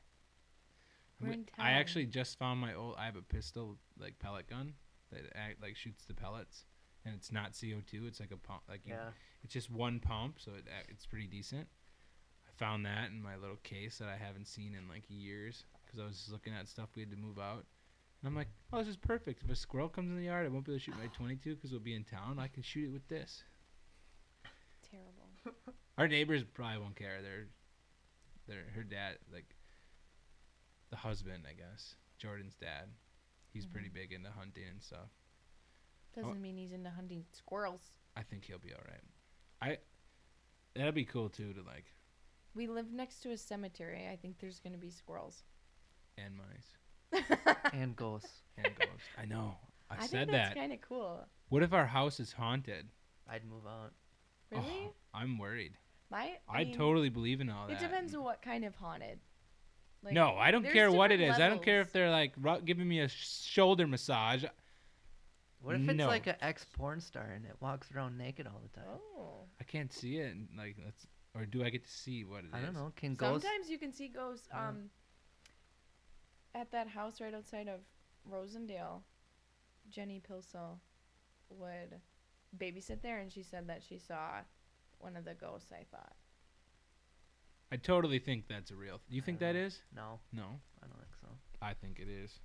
Speaker 3: We're
Speaker 1: We-
Speaker 3: in
Speaker 1: I
Speaker 3: town.
Speaker 1: actually just found my old. I have a pistol like pellet gun that act, like shoots the pellets, and it's not CO two. It's like a pump. Like you,
Speaker 2: Yeah.
Speaker 1: it's just one pump, so it act- it's pretty decent. I found that in my little case that I haven't seen in like years because I was just looking at stuff we had to move out, and I'm like, oh, this is perfect. If a squirrel comes in the yard, I won't be able to shoot my 22 because we'll be in town. I can shoot it with this.
Speaker 3: Terrible.
Speaker 1: Our neighbors probably won't care. They're, they're her dad, like, the husband, I guess, Jordan's dad. He's pretty big into hunting and stuff. Oh.
Speaker 3: Doesn't mean he's into hunting squirrels.
Speaker 1: I think he'll be all right. I, that'd be cool too to like
Speaker 3: We live next to a cemetery. I think there's gonna be squirrels.
Speaker 1: and mice
Speaker 2: and ghosts.
Speaker 1: and ghosts. I know. I,
Speaker 3: I
Speaker 1: said
Speaker 3: think that's
Speaker 1: that.
Speaker 3: kind of cool.
Speaker 1: What if our house is haunted?
Speaker 2: I'd move out.
Speaker 3: Really?
Speaker 1: Oh, I'm worried.
Speaker 3: My.
Speaker 1: I
Speaker 3: mean,
Speaker 1: totally believe in all
Speaker 3: It
Speaker 1: that.
Speaker 3: depends on what kind of haunted. Like,
Speaker 1: no, I don't
Speaker 3: there's
Speaker 1: care what it is.
Speaker 3: different
Speaker 1: I don't care if
Speaker 3: levels.
Speaker 1: they're like ru- giving me a sh- shoulder massage.
Speaker 2: What if it's
Speaker 1: No.
Speaker 2: like an ex porn star and it walks around naked all the time?
Speaker 3: Oh.
Speaker 1: I can't see it. And like, let's or do I get to see what it is?
Speaker 2: I don't know. Can ghosts?
Speaker 3: Sometimes you can see ghosts.
Speaker 2: Yeah.
Speaker 3: Um. at that house right outside of Rosendale, Jenny Pilsel would babysit there, and she said that she saw one of the ghosts. I thought.
Speaker 1: I totally think that's a real. Do you
Speaker 2: I
Speaker 1: think
Speaker 2: don't
Speaker 1: that
Speaker 2: know.
Speaker 1: is?
Speaker 2: No,
Speaker 1: No,
Speaker 2: I don't think so.
Speaker 1: I think it is.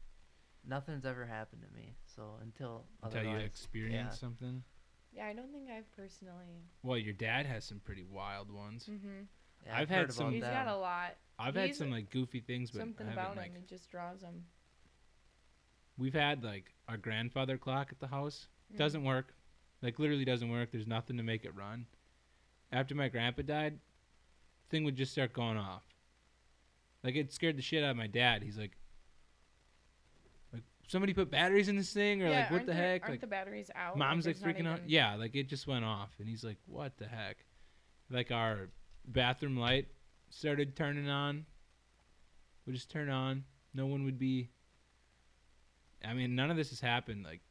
Speaker 2: Nothing's ever happened to me. So until
Speaker 1: Until you
Speaker 2: otherwise-
Speaker 1: experience something.
Speaker 3: Yeah, I don't think I've personally.
Speaker 1: Well, your dad has some pretty wild ones.
Speaker 3: Mm-hmm.
Speaker 2: yeah, yeah, I've,
Speaker 1: I've had
Speaker 2: heard about
Speaker 1: some-
Speaker 3: He's
Speaker 2: them.
Speaker 3: got a lot.
Speaker 1: I've had
Speaker 3: He's-
Speaker 1: some like goofy things, but
Speaker 3: Something
Speaker 1: I haven't,
Speaker 3: about him.
Speaker 1: like
Speaker 3: It just draws him.
Speaker 1: we've had like our grandfather clock at the house
Speaker 3: Mm.
Speaker 1: doesn't work, like literally doesn't work. There's nothing to make it run. After my grandpa died, thing would just start going off. Like it scared the shit out of my dad. He's like, like somebody put batteries in this thing or
Speaker 3: yeah,
Speaker 1: like what
Speaker 3: aren't
Speaker 1: the
Speaker 3: there-
Speaker 1: heck?
Speaker 3: Aren't
Speaker 1: Like
Speaker 3: the batteries out?
Speaker 1: mom's like
Speaker 3: it's not
Speaker 1: freaking out.
Speaker 3: even-
Speaker 1: Yeah, like it just went off, and he's like, "What the heck?" Like our bathroom light started turning on. Would just turn on. No one would be. I mean, none of this has happened. Like,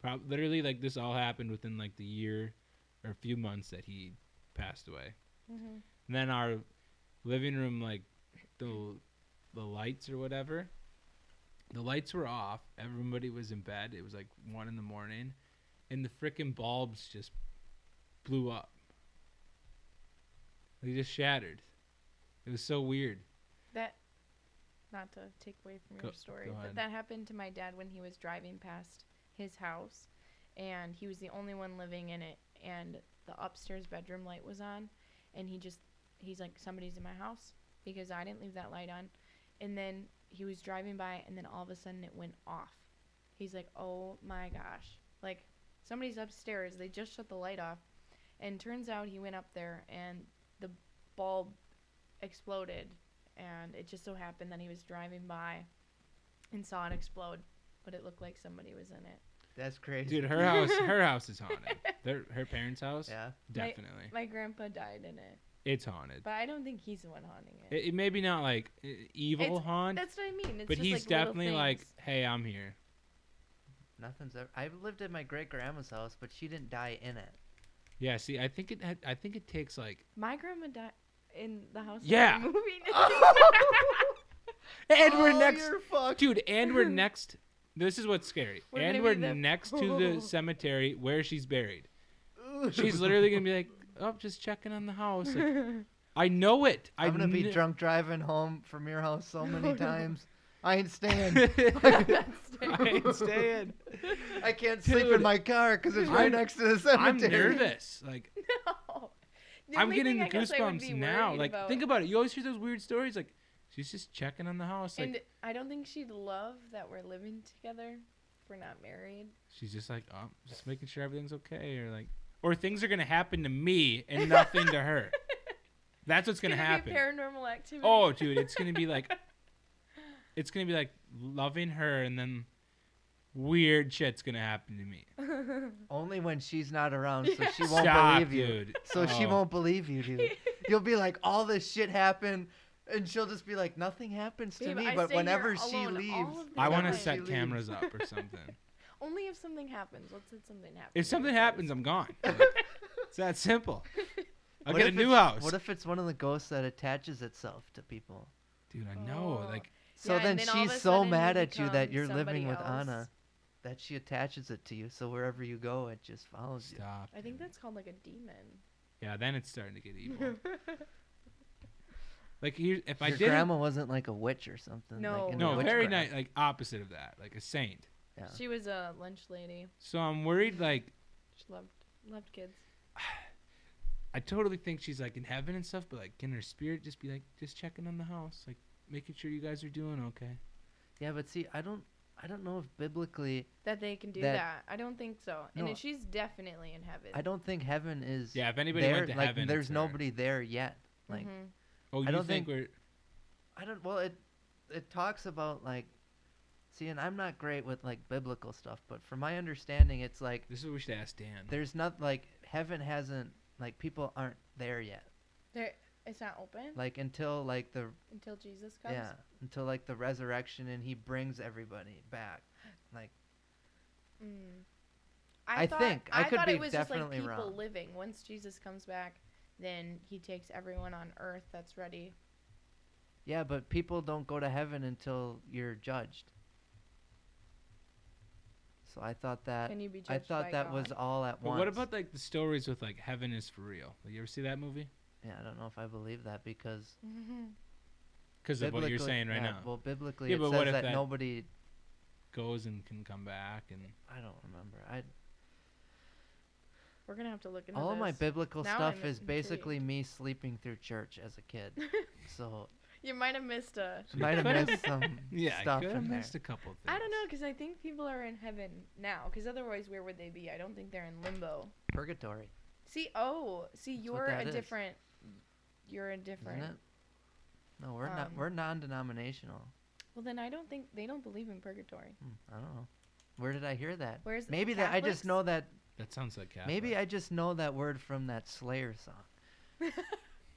Speaker 1: prob- literally, like this all happened within like the year or a few months that he passed away.
Speaker 3: Mhm.
Speaker 1: And then our living room, like the the lights or whatever, the lights were off. Everybody was in bed. It was like one in the morning, and the freaking bulbs just blew up. They just shattered. It was so weird.
Speaker 3: That, not to take away from
Speaker 1: Go-
Speaker 3: your story,
Speaker 1: go
Speaker 3: but
Speaker 1: ahead.
Speaker 3: that happened to my dad when he was driving past his house, and he was the only one living in it, and the upstairs bedroom light was on, and he just, he's like, somebody's in my house because I didn't leave that light on, and then he was driving by, and then all of a sudden it went off. He's like, oh my gosh, like somebody's upstairs. They just shut the light off, and turns out he went up there, and the bulb exploded and it just so happened that he was driving by and saw it explode, but it looked like somebody was in it.
Speaker 2: That's crazy.
Speaker 1: Dude, her house, her house is haunted. Their, her parents' house,
Speaker 2: Yeah.
Speaker 1: definitely,
Speaker 3: My grandpa died in it,
Speaker 1: it's haunted.
Speaker 3: but I don't think he's the one haunting it.
Speaker 1: It, it may be not like uh, evil
Speaker 3: It's-
Speaker 1: haunt,
Speaker 3: That's what I mean. It's
Speaker 1: but
Speaker 3: just
Speaker 1: he's
Speaker 3: like little
Speaker 1: definitely like,
Speaker 3: things.
Speaker 1: "Hey, I'm here."
Speaker 2: Nothing's ever. I lived at my great grandma's house, but she didn't die in it.
Speaker 1: Yeah, see, I think it, had, I think it takes like
Speaker 3: my grandma died in the house. that
Speaker 1: Yeah.
Speaker 3: we're Moving.
Speaker 1: And we're
Speaker 2: Oh,
Speaker 1: next,
Speaker 2: You're fucked.
Speaker 1: dude. And we're next. This is what's scary.
Speaker 3: We're gonna
Speaker 1: and we're
Speaker 3: be the-
Speaker 1: next to the cemetery where she's buried. She's literally gonna be like, "Oh, just checking on the house." Like,
Speaker 3: in.
Speaker 1: I know it. I
Speaker 2: I'm gonna be
Speaker 1: kn-
Speaker 2: drunk driving home from your house so many times. I ain't staying.
Speaker 3: That's
Speaker 1: I
Speaker 3: terrible.
Speaker 1: ain't staying.
Speaker 2: I can't sleep
Speaker 1: Dude.
Speaker 2: in my car because it's right
Speaker 1: I'm-
Speaker 2: next to the
Speaker 1: I'm
Speaker 2: cemetery.
Speaker 1: nervous. Like
Speaker 3: No. The
Speaker 1: I'm
Speaker 3: only
Speaker 1: getting
Speaker 3: thing
Speaker 1: the
Speaker 3: I guess I would
Speaker 1: goosebumps
Speaker 3: be
Speaker 1: now.
Speaker 3: worried
Speaker 1: Like
Speaker 3: about-
Speaker 1: think about it. You always hear those weird stories. Like she's just checking on the house. Like
Speaker 3: and I don't think she'd love that we're living together. We're not married.
Speaker 1: she's just like, "Oh, just making sure everything's okay," or like, or things are gonna happen to me and nothing to her. That's what's gonna, happen.
Speaker 3: Be paranormal activity.
Speaker 1: Oh, dude, it's gonna be like, it's gonna be like loving her, and then weird shit's gonna happen to me.
Speaker 2: Only when she's not around, so she won't
Speaker 1: Stop,
Speaker 2: believe you.
Speaker 1: dude.
Speaker 2: So she
Speaker 1: Oh.
Speaker 2: won't believe you, dude. You'll be like, all this shit happened, and she'll just be like, nothing happens to
Speaker 3: Babe,
Speaker 2: me.
Speaker 3: I
Speaker 2: but
Speaker 3: stay here
Speaker 2: whenever she
Speaker 3: alone all
Speaker 2: leaves,
Speaker 3: of the
Speaker 1: I want to
Speaker 2: whenever
Speaker 3: time.
Speaker 2: she
Speaker 1: set
Speaker 2: leaves-
Speaker 1: cameras up or something.
Speaker 3: Only if something happens. Let's say something happens.
Speaker 1: If something happens, I'm gone. Like, it's that simple. I'll
Speaker 2: What
Speaker 1: get a
Speaker 2: if
Speaker 1: new
Speaker 2: it's-
Speaker 1: house,
Speaker 2: What if it's one of the ghosts that attaches itself to people?
Speaker 1: dude. I know,
Speaker 3: Oh.
Speaker 1: like,
Speaker 2: So
Speaker 3: Yeah,
Speaker 2: then,
Speaker 3: and then all of a
Speaker 2: she's so
Speaker 3: sudden you
Speaker 2: mad at you that
Speaker 3: become
Speaker 2: you're living with
Speaker 3: somebody
Speaker 2: Anna
Speaker 3: else.
Speaker 2: that she attaches it to you. So wherever you go, it just follows you.
Speaker 1: stop.
Speaker 3: I think
Speaker 1: dude.
Speaker 3: that's called like a demon.
Speaker 1: yeah. Then it's starting to get evil. like here, if I
Speaker 2: Your
Speaker 1: did, not
Speaker 2: grandma wasn't like a witch or something.
Speaker 3: No.
Speaker 2: like, into
Speaker 1: no, very
Speaker 2: witchcraft.
Speaker 1: nice, like opposite of that, like a saint.
Speaker 2: Yeah.
Speaker 3: she was a lunch lady.
Speaker 1: So I'm worried, like.
Speaker 3: She loved loved kids.
Speaker 1: I totally think she's like in heaven and stuff, but like, can her spirit just be like just checking on the house, like making sure you guys are doing okay?
Speaker 2: Yeah, but see, I don't, I don't know if biblically,
Speaker 3: That they can do that.
Speaker 2: That-
Speaker 3: I don't think so.
Speaker 2: No.
Speaker 3: and she's definitely in heaven.
Speaker 2: I don't think heaven is.
Speaker 1: Yeah, if anybody
Speaker 2: there.
Speaker 1: went to
Speaker 2: like,
Speaker 1: heaven, it's
Speaker 2: there's
Speaker 1: her.
Speaker 2: nobody there yet. Like,
Speaker 3: Mhm.
Speaker 1: Oh, you
Speaker 2: don't
Speaker 1: think,
Speaker 2: think-
Speaker 1: we're
Speaker 2: I don't. Well, it, it talks about like, see, and I'm not great with like biblical stuff, but from my understanding, it's like
Speaker 1: this is what we should ask Dan.
Speaker 2: there's not like heaven hasn't like people aren't there yet.
Speaker 3: There, it's not open
Speaker 2: Like until like the
Speaker 3: until Jesus comes.
Speaker 2: yeah until like the resurrection and he brings everybody back. Like
Speaker 3: Mm.
Speaker 2: I
Speaker 3: thought,
Speaker 2: think. I could
Speaker 3: thought
Speaker 2: be
Speaker 3: it was just like
Speaker 2: definitely
Speaker 3: people
Speaker 2: wrong.
Speaker 3: living. Once Jesus comes back, then he takes everyone on earth that's ready
Speaker 2: Yeah, but people don't go to heaven until you're judged. So I thought that
Speaker 3: Can you be judged
Speaker 2: I thought
Speaker 3: by
Speaker 2: that
Speaker 3: God?
Speaker 2: was all at
Speaker 1: But
Speaker 2: once.
Speaker 1: what about like the stories with like heaven is for real? Like, you ever see that movie?
Speaker 2: Yeah, I don't know if I believe that because
Speaker 1: Because of what you're
Speaker 2: biblically-
Speaker 1: saying right
Speaker 2: yeah,
Speaker 1: now,
Speaker 2: Well, biblically
Speaker 1: Yeah,
Speaker 2: it
Speaker 1: but
Speaker 2: says
Speaker 1: what if
Speaker 2: that,
Speaker 1: that-
Speaker 2: nobody.
Speaker 1: goes and can come back and
Speaker 2: I don't remember. I
Speaker 3: We're gonna have to look into
Speaker 2: all of my
Speaker 3: this.
Speaker 2: biblical
Speaker 3: Now
Speaker 2: stuff
Speaker 3: I'm
Speaker 2: is basically
Speaker 3: intrigued.
Speaker 2: me sleeping through church as a kid. so
Speaker 3: You might have missed a.
Speaker 1: So you
Speaker 2: might have
Speaker 1: could've-
Speaker 2: missed some
Speaker 1: yeah,
Speaker 2: stuff
Speaker 1: I could have
Speaker 2: in there.
Speaker 1: missed a couple things.
Speaker 3: I don't know, because I think people are in heaven now. Because otherwise, where would they be? I don't think they're in limbo.
Speaker 2: Purgatory,
Speaker 3: See, oh, see,
Speaker 2: what
Speaker 3: you're a
Speaker 2: that is.
Speaker 3: different. You're a
Speaker 2: isn't
Speaker 3: different.
Speaker 2: it? No, we're not.
Speaker 3: Um,
Speaker 2: We're non-denominational.
Speaker 3: Well, then I don't think they don't believe in purgatory.
Speaker 2: Hmm, I don't know. Where did I hear that?
Speaker 3: Where's the
Speaker 2: Maybe that I just
Speaker 3: Catholics?
Speaker 2: know that.
Speaker 1: That sounds like Catholic.
Speaker 2: Maybe I just know that word from that Slayer song.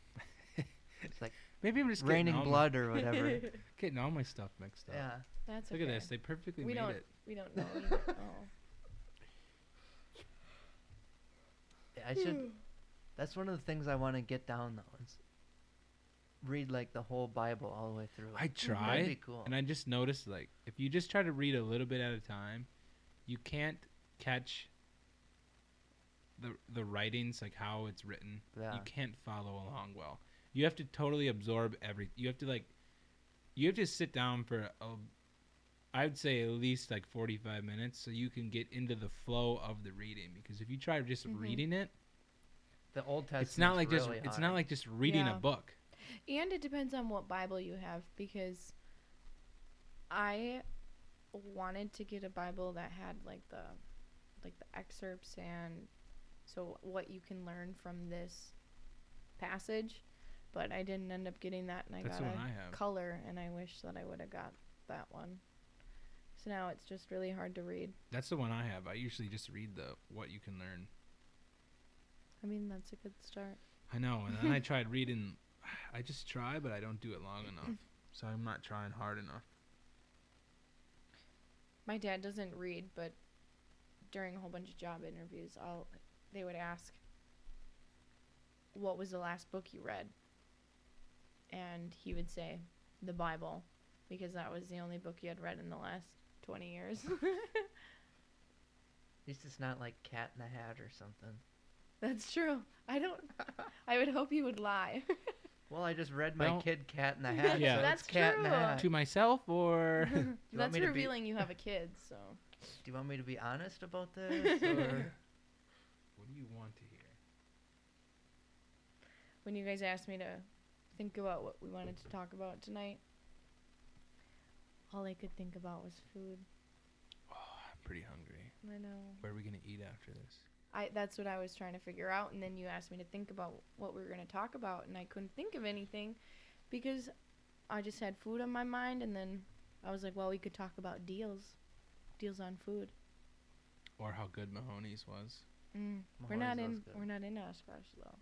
Speaker 2: it's like
Speaker 1: maybe I'm just getting
Speaker 2: raining
Speaker 1: all my-
Speaker 2: blood or whatever.
Speaker 1: getting all my stuff mixed up.
Speaker 2: yeah.
Speaker 3: That's
Speaker 1: Look
Speaker 3: okay.
Speaker 1: at this. They perfectly
Speaker 3: We
Speaker 1: made
Speaker 3: don't.
Speaker 1: it.
Speaker 3: We don't know. either. oh.
Speaker 2: I should. That's one of the things I want to get down though. Is read like the whole Bible all the way through.
Speaker 1: I
Speaker 2: That'd be
Speaker 1: tried,
Speaker 2: cool.
Speaker 1: and I just noticed like if you just try to read a little bit at a time, you can't catch the the writings like how it's written.
Speaker 2: Yeah.
Speaker 1: You can't follow along well. You have to totally absorb every. You have to like, you have to sit down for a, I would say at least like forty five minutes so you can get into the flow of the reading. Because if you try just
Speaker 3: Mhm.
Speaker 1: reading it,
Speaker 2: the Old Testament.
Speaker 1: it's not like just it's not like just reading
Speaker 3: Yeah.
Speaker 1: a book.
Speaker 3: And it depends on what Bible you have because I wanted to get a Bible that had like the like the excerpts and so what you can learn from this passage, but I didn't end up getting that and I
Speaker 1: That's the
Speaker 3: got
Speaker 1: one
Speaker 3: a
Speaker 1: I have.
Speaker 3: color and I wish that I would have got that one. So now it's just really hard to read.
Speaker 1: That's the one I have. I usually just read the what you can learn.
Speaker 3: I mean, that's a good start.
Speaker 1: I know, and then I tried reading. I just try, but I don't do it long enough. So I'm not trying hard enough.
Speaker 3: My dad doesn't read, but during a whole bunch of job interviews, I'll they would ask, "What was the last book you read?" And he would say, "The Bible," because that was the only book he had read in the last 20 years.
Speaker 2: At least it's not like Cat in the Hat or something.
Speaker 3: That's true. I don't I would hope he would lie.
Speaker 2: Well, I just read my
Speaker 1: Well-
Speaker 2: kid Cat in the Hat.
Speaker 1: Yeah.
Speaker 2: so
Speaker 3: That's
Speaker 2: it's Cat in the
Speaker 3: true.
Speaker 2: Hat.
Speaker 1: To myself, or
Speaker 2: You want
Speaker 3: That's
Speaker 2: me to be-
Speaker 3: revealing you have a kid, so.
Speaker 2: Do you want me to be honest about this? or-
Speaker 1: what do you want to hear?
Speaker 3: when you guys asked me to think about what we wanted to talk about tonight, all I could think about was food.
Speaker 1: Oh, I'm pretty hungry.
Speaker 3: I know.
Speaker 1: Where are we gonna eat after this?
Speaker 3: I that's what I was trying to figure out, and then you asked me to think about what we were going to talk about, and I couldn't think of anything because I just had food on my mind, and then I was like, well, we could talk about deals, deals on food.
Speaker 1: Or how good Mahoney's was.
Speaker 3: Mm. We're
Speaker 2: Mahoney's
Speaker 3: not in
Speaker 2: was good.
Speaker 3: we're not in Oshkosh though.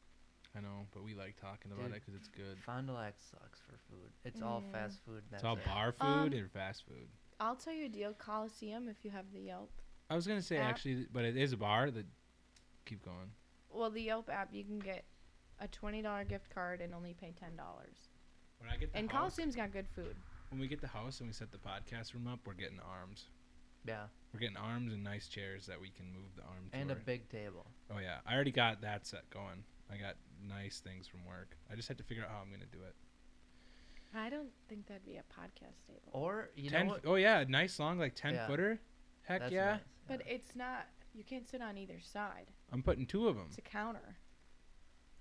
Speaker 1: I know, but we like talking about
Speaker 2: Dude.
Speaker 1: it 'cause it's good.
Speaker 2: Fond du Lac sucks for food. It's all
Speaker 3: Yeah.
Speaker 2: fast food. That's
Speaker 1: it's all
Speaker 2: it.
Speaker 1: bar
Speaker 3: Um,
Speaker 1: food or fast food.
Speaker 3: I'll tell you a deal, Coliseum, if you have the Yelp.
Speaker 1: I was gonna say
Speaker 3: app-
Speaker 1: actually, but it is a bar. That keep going.
Speaker 3: Well, the Yelp app, you can get a twenty dollar gift card and only pay ten dollars.
Speaker 1: When I get the
Speaker 3: And
Speaker 1: house,
Speaker 3: Coliseum's got good food.
Speaker 1: when we get the house and we set the podcast room up, we're getting arms.
Speaker 2: Yeah,
Speaker 1: We're getting arms and nice chairs that we can move the arm.
Speaker 2: and a
Speaker 1: toward.
Speaker 2: big table.
Speaker 1: Oh yeah, I already got that set going. I got nice things from work. I just had to figure out how I'm gonna do it.
Speaker 3: I don't think that'd be a podcast table.
Speaker 2: Or you
Speaker 1: ten.
Speaker 2: know what?
Speaker 1: Oh yeah, nice long like ten
Speaker 2: Yeah.
Speaker 1: footer. Heck
Speaker 2: That's
Speaker 1: yeah,
Speaker 2: nice,
Speaker 3: But it's not. You can't sit on either side.
Speaker 1: I'm putting two of them.
Speaker 3: It's a counter.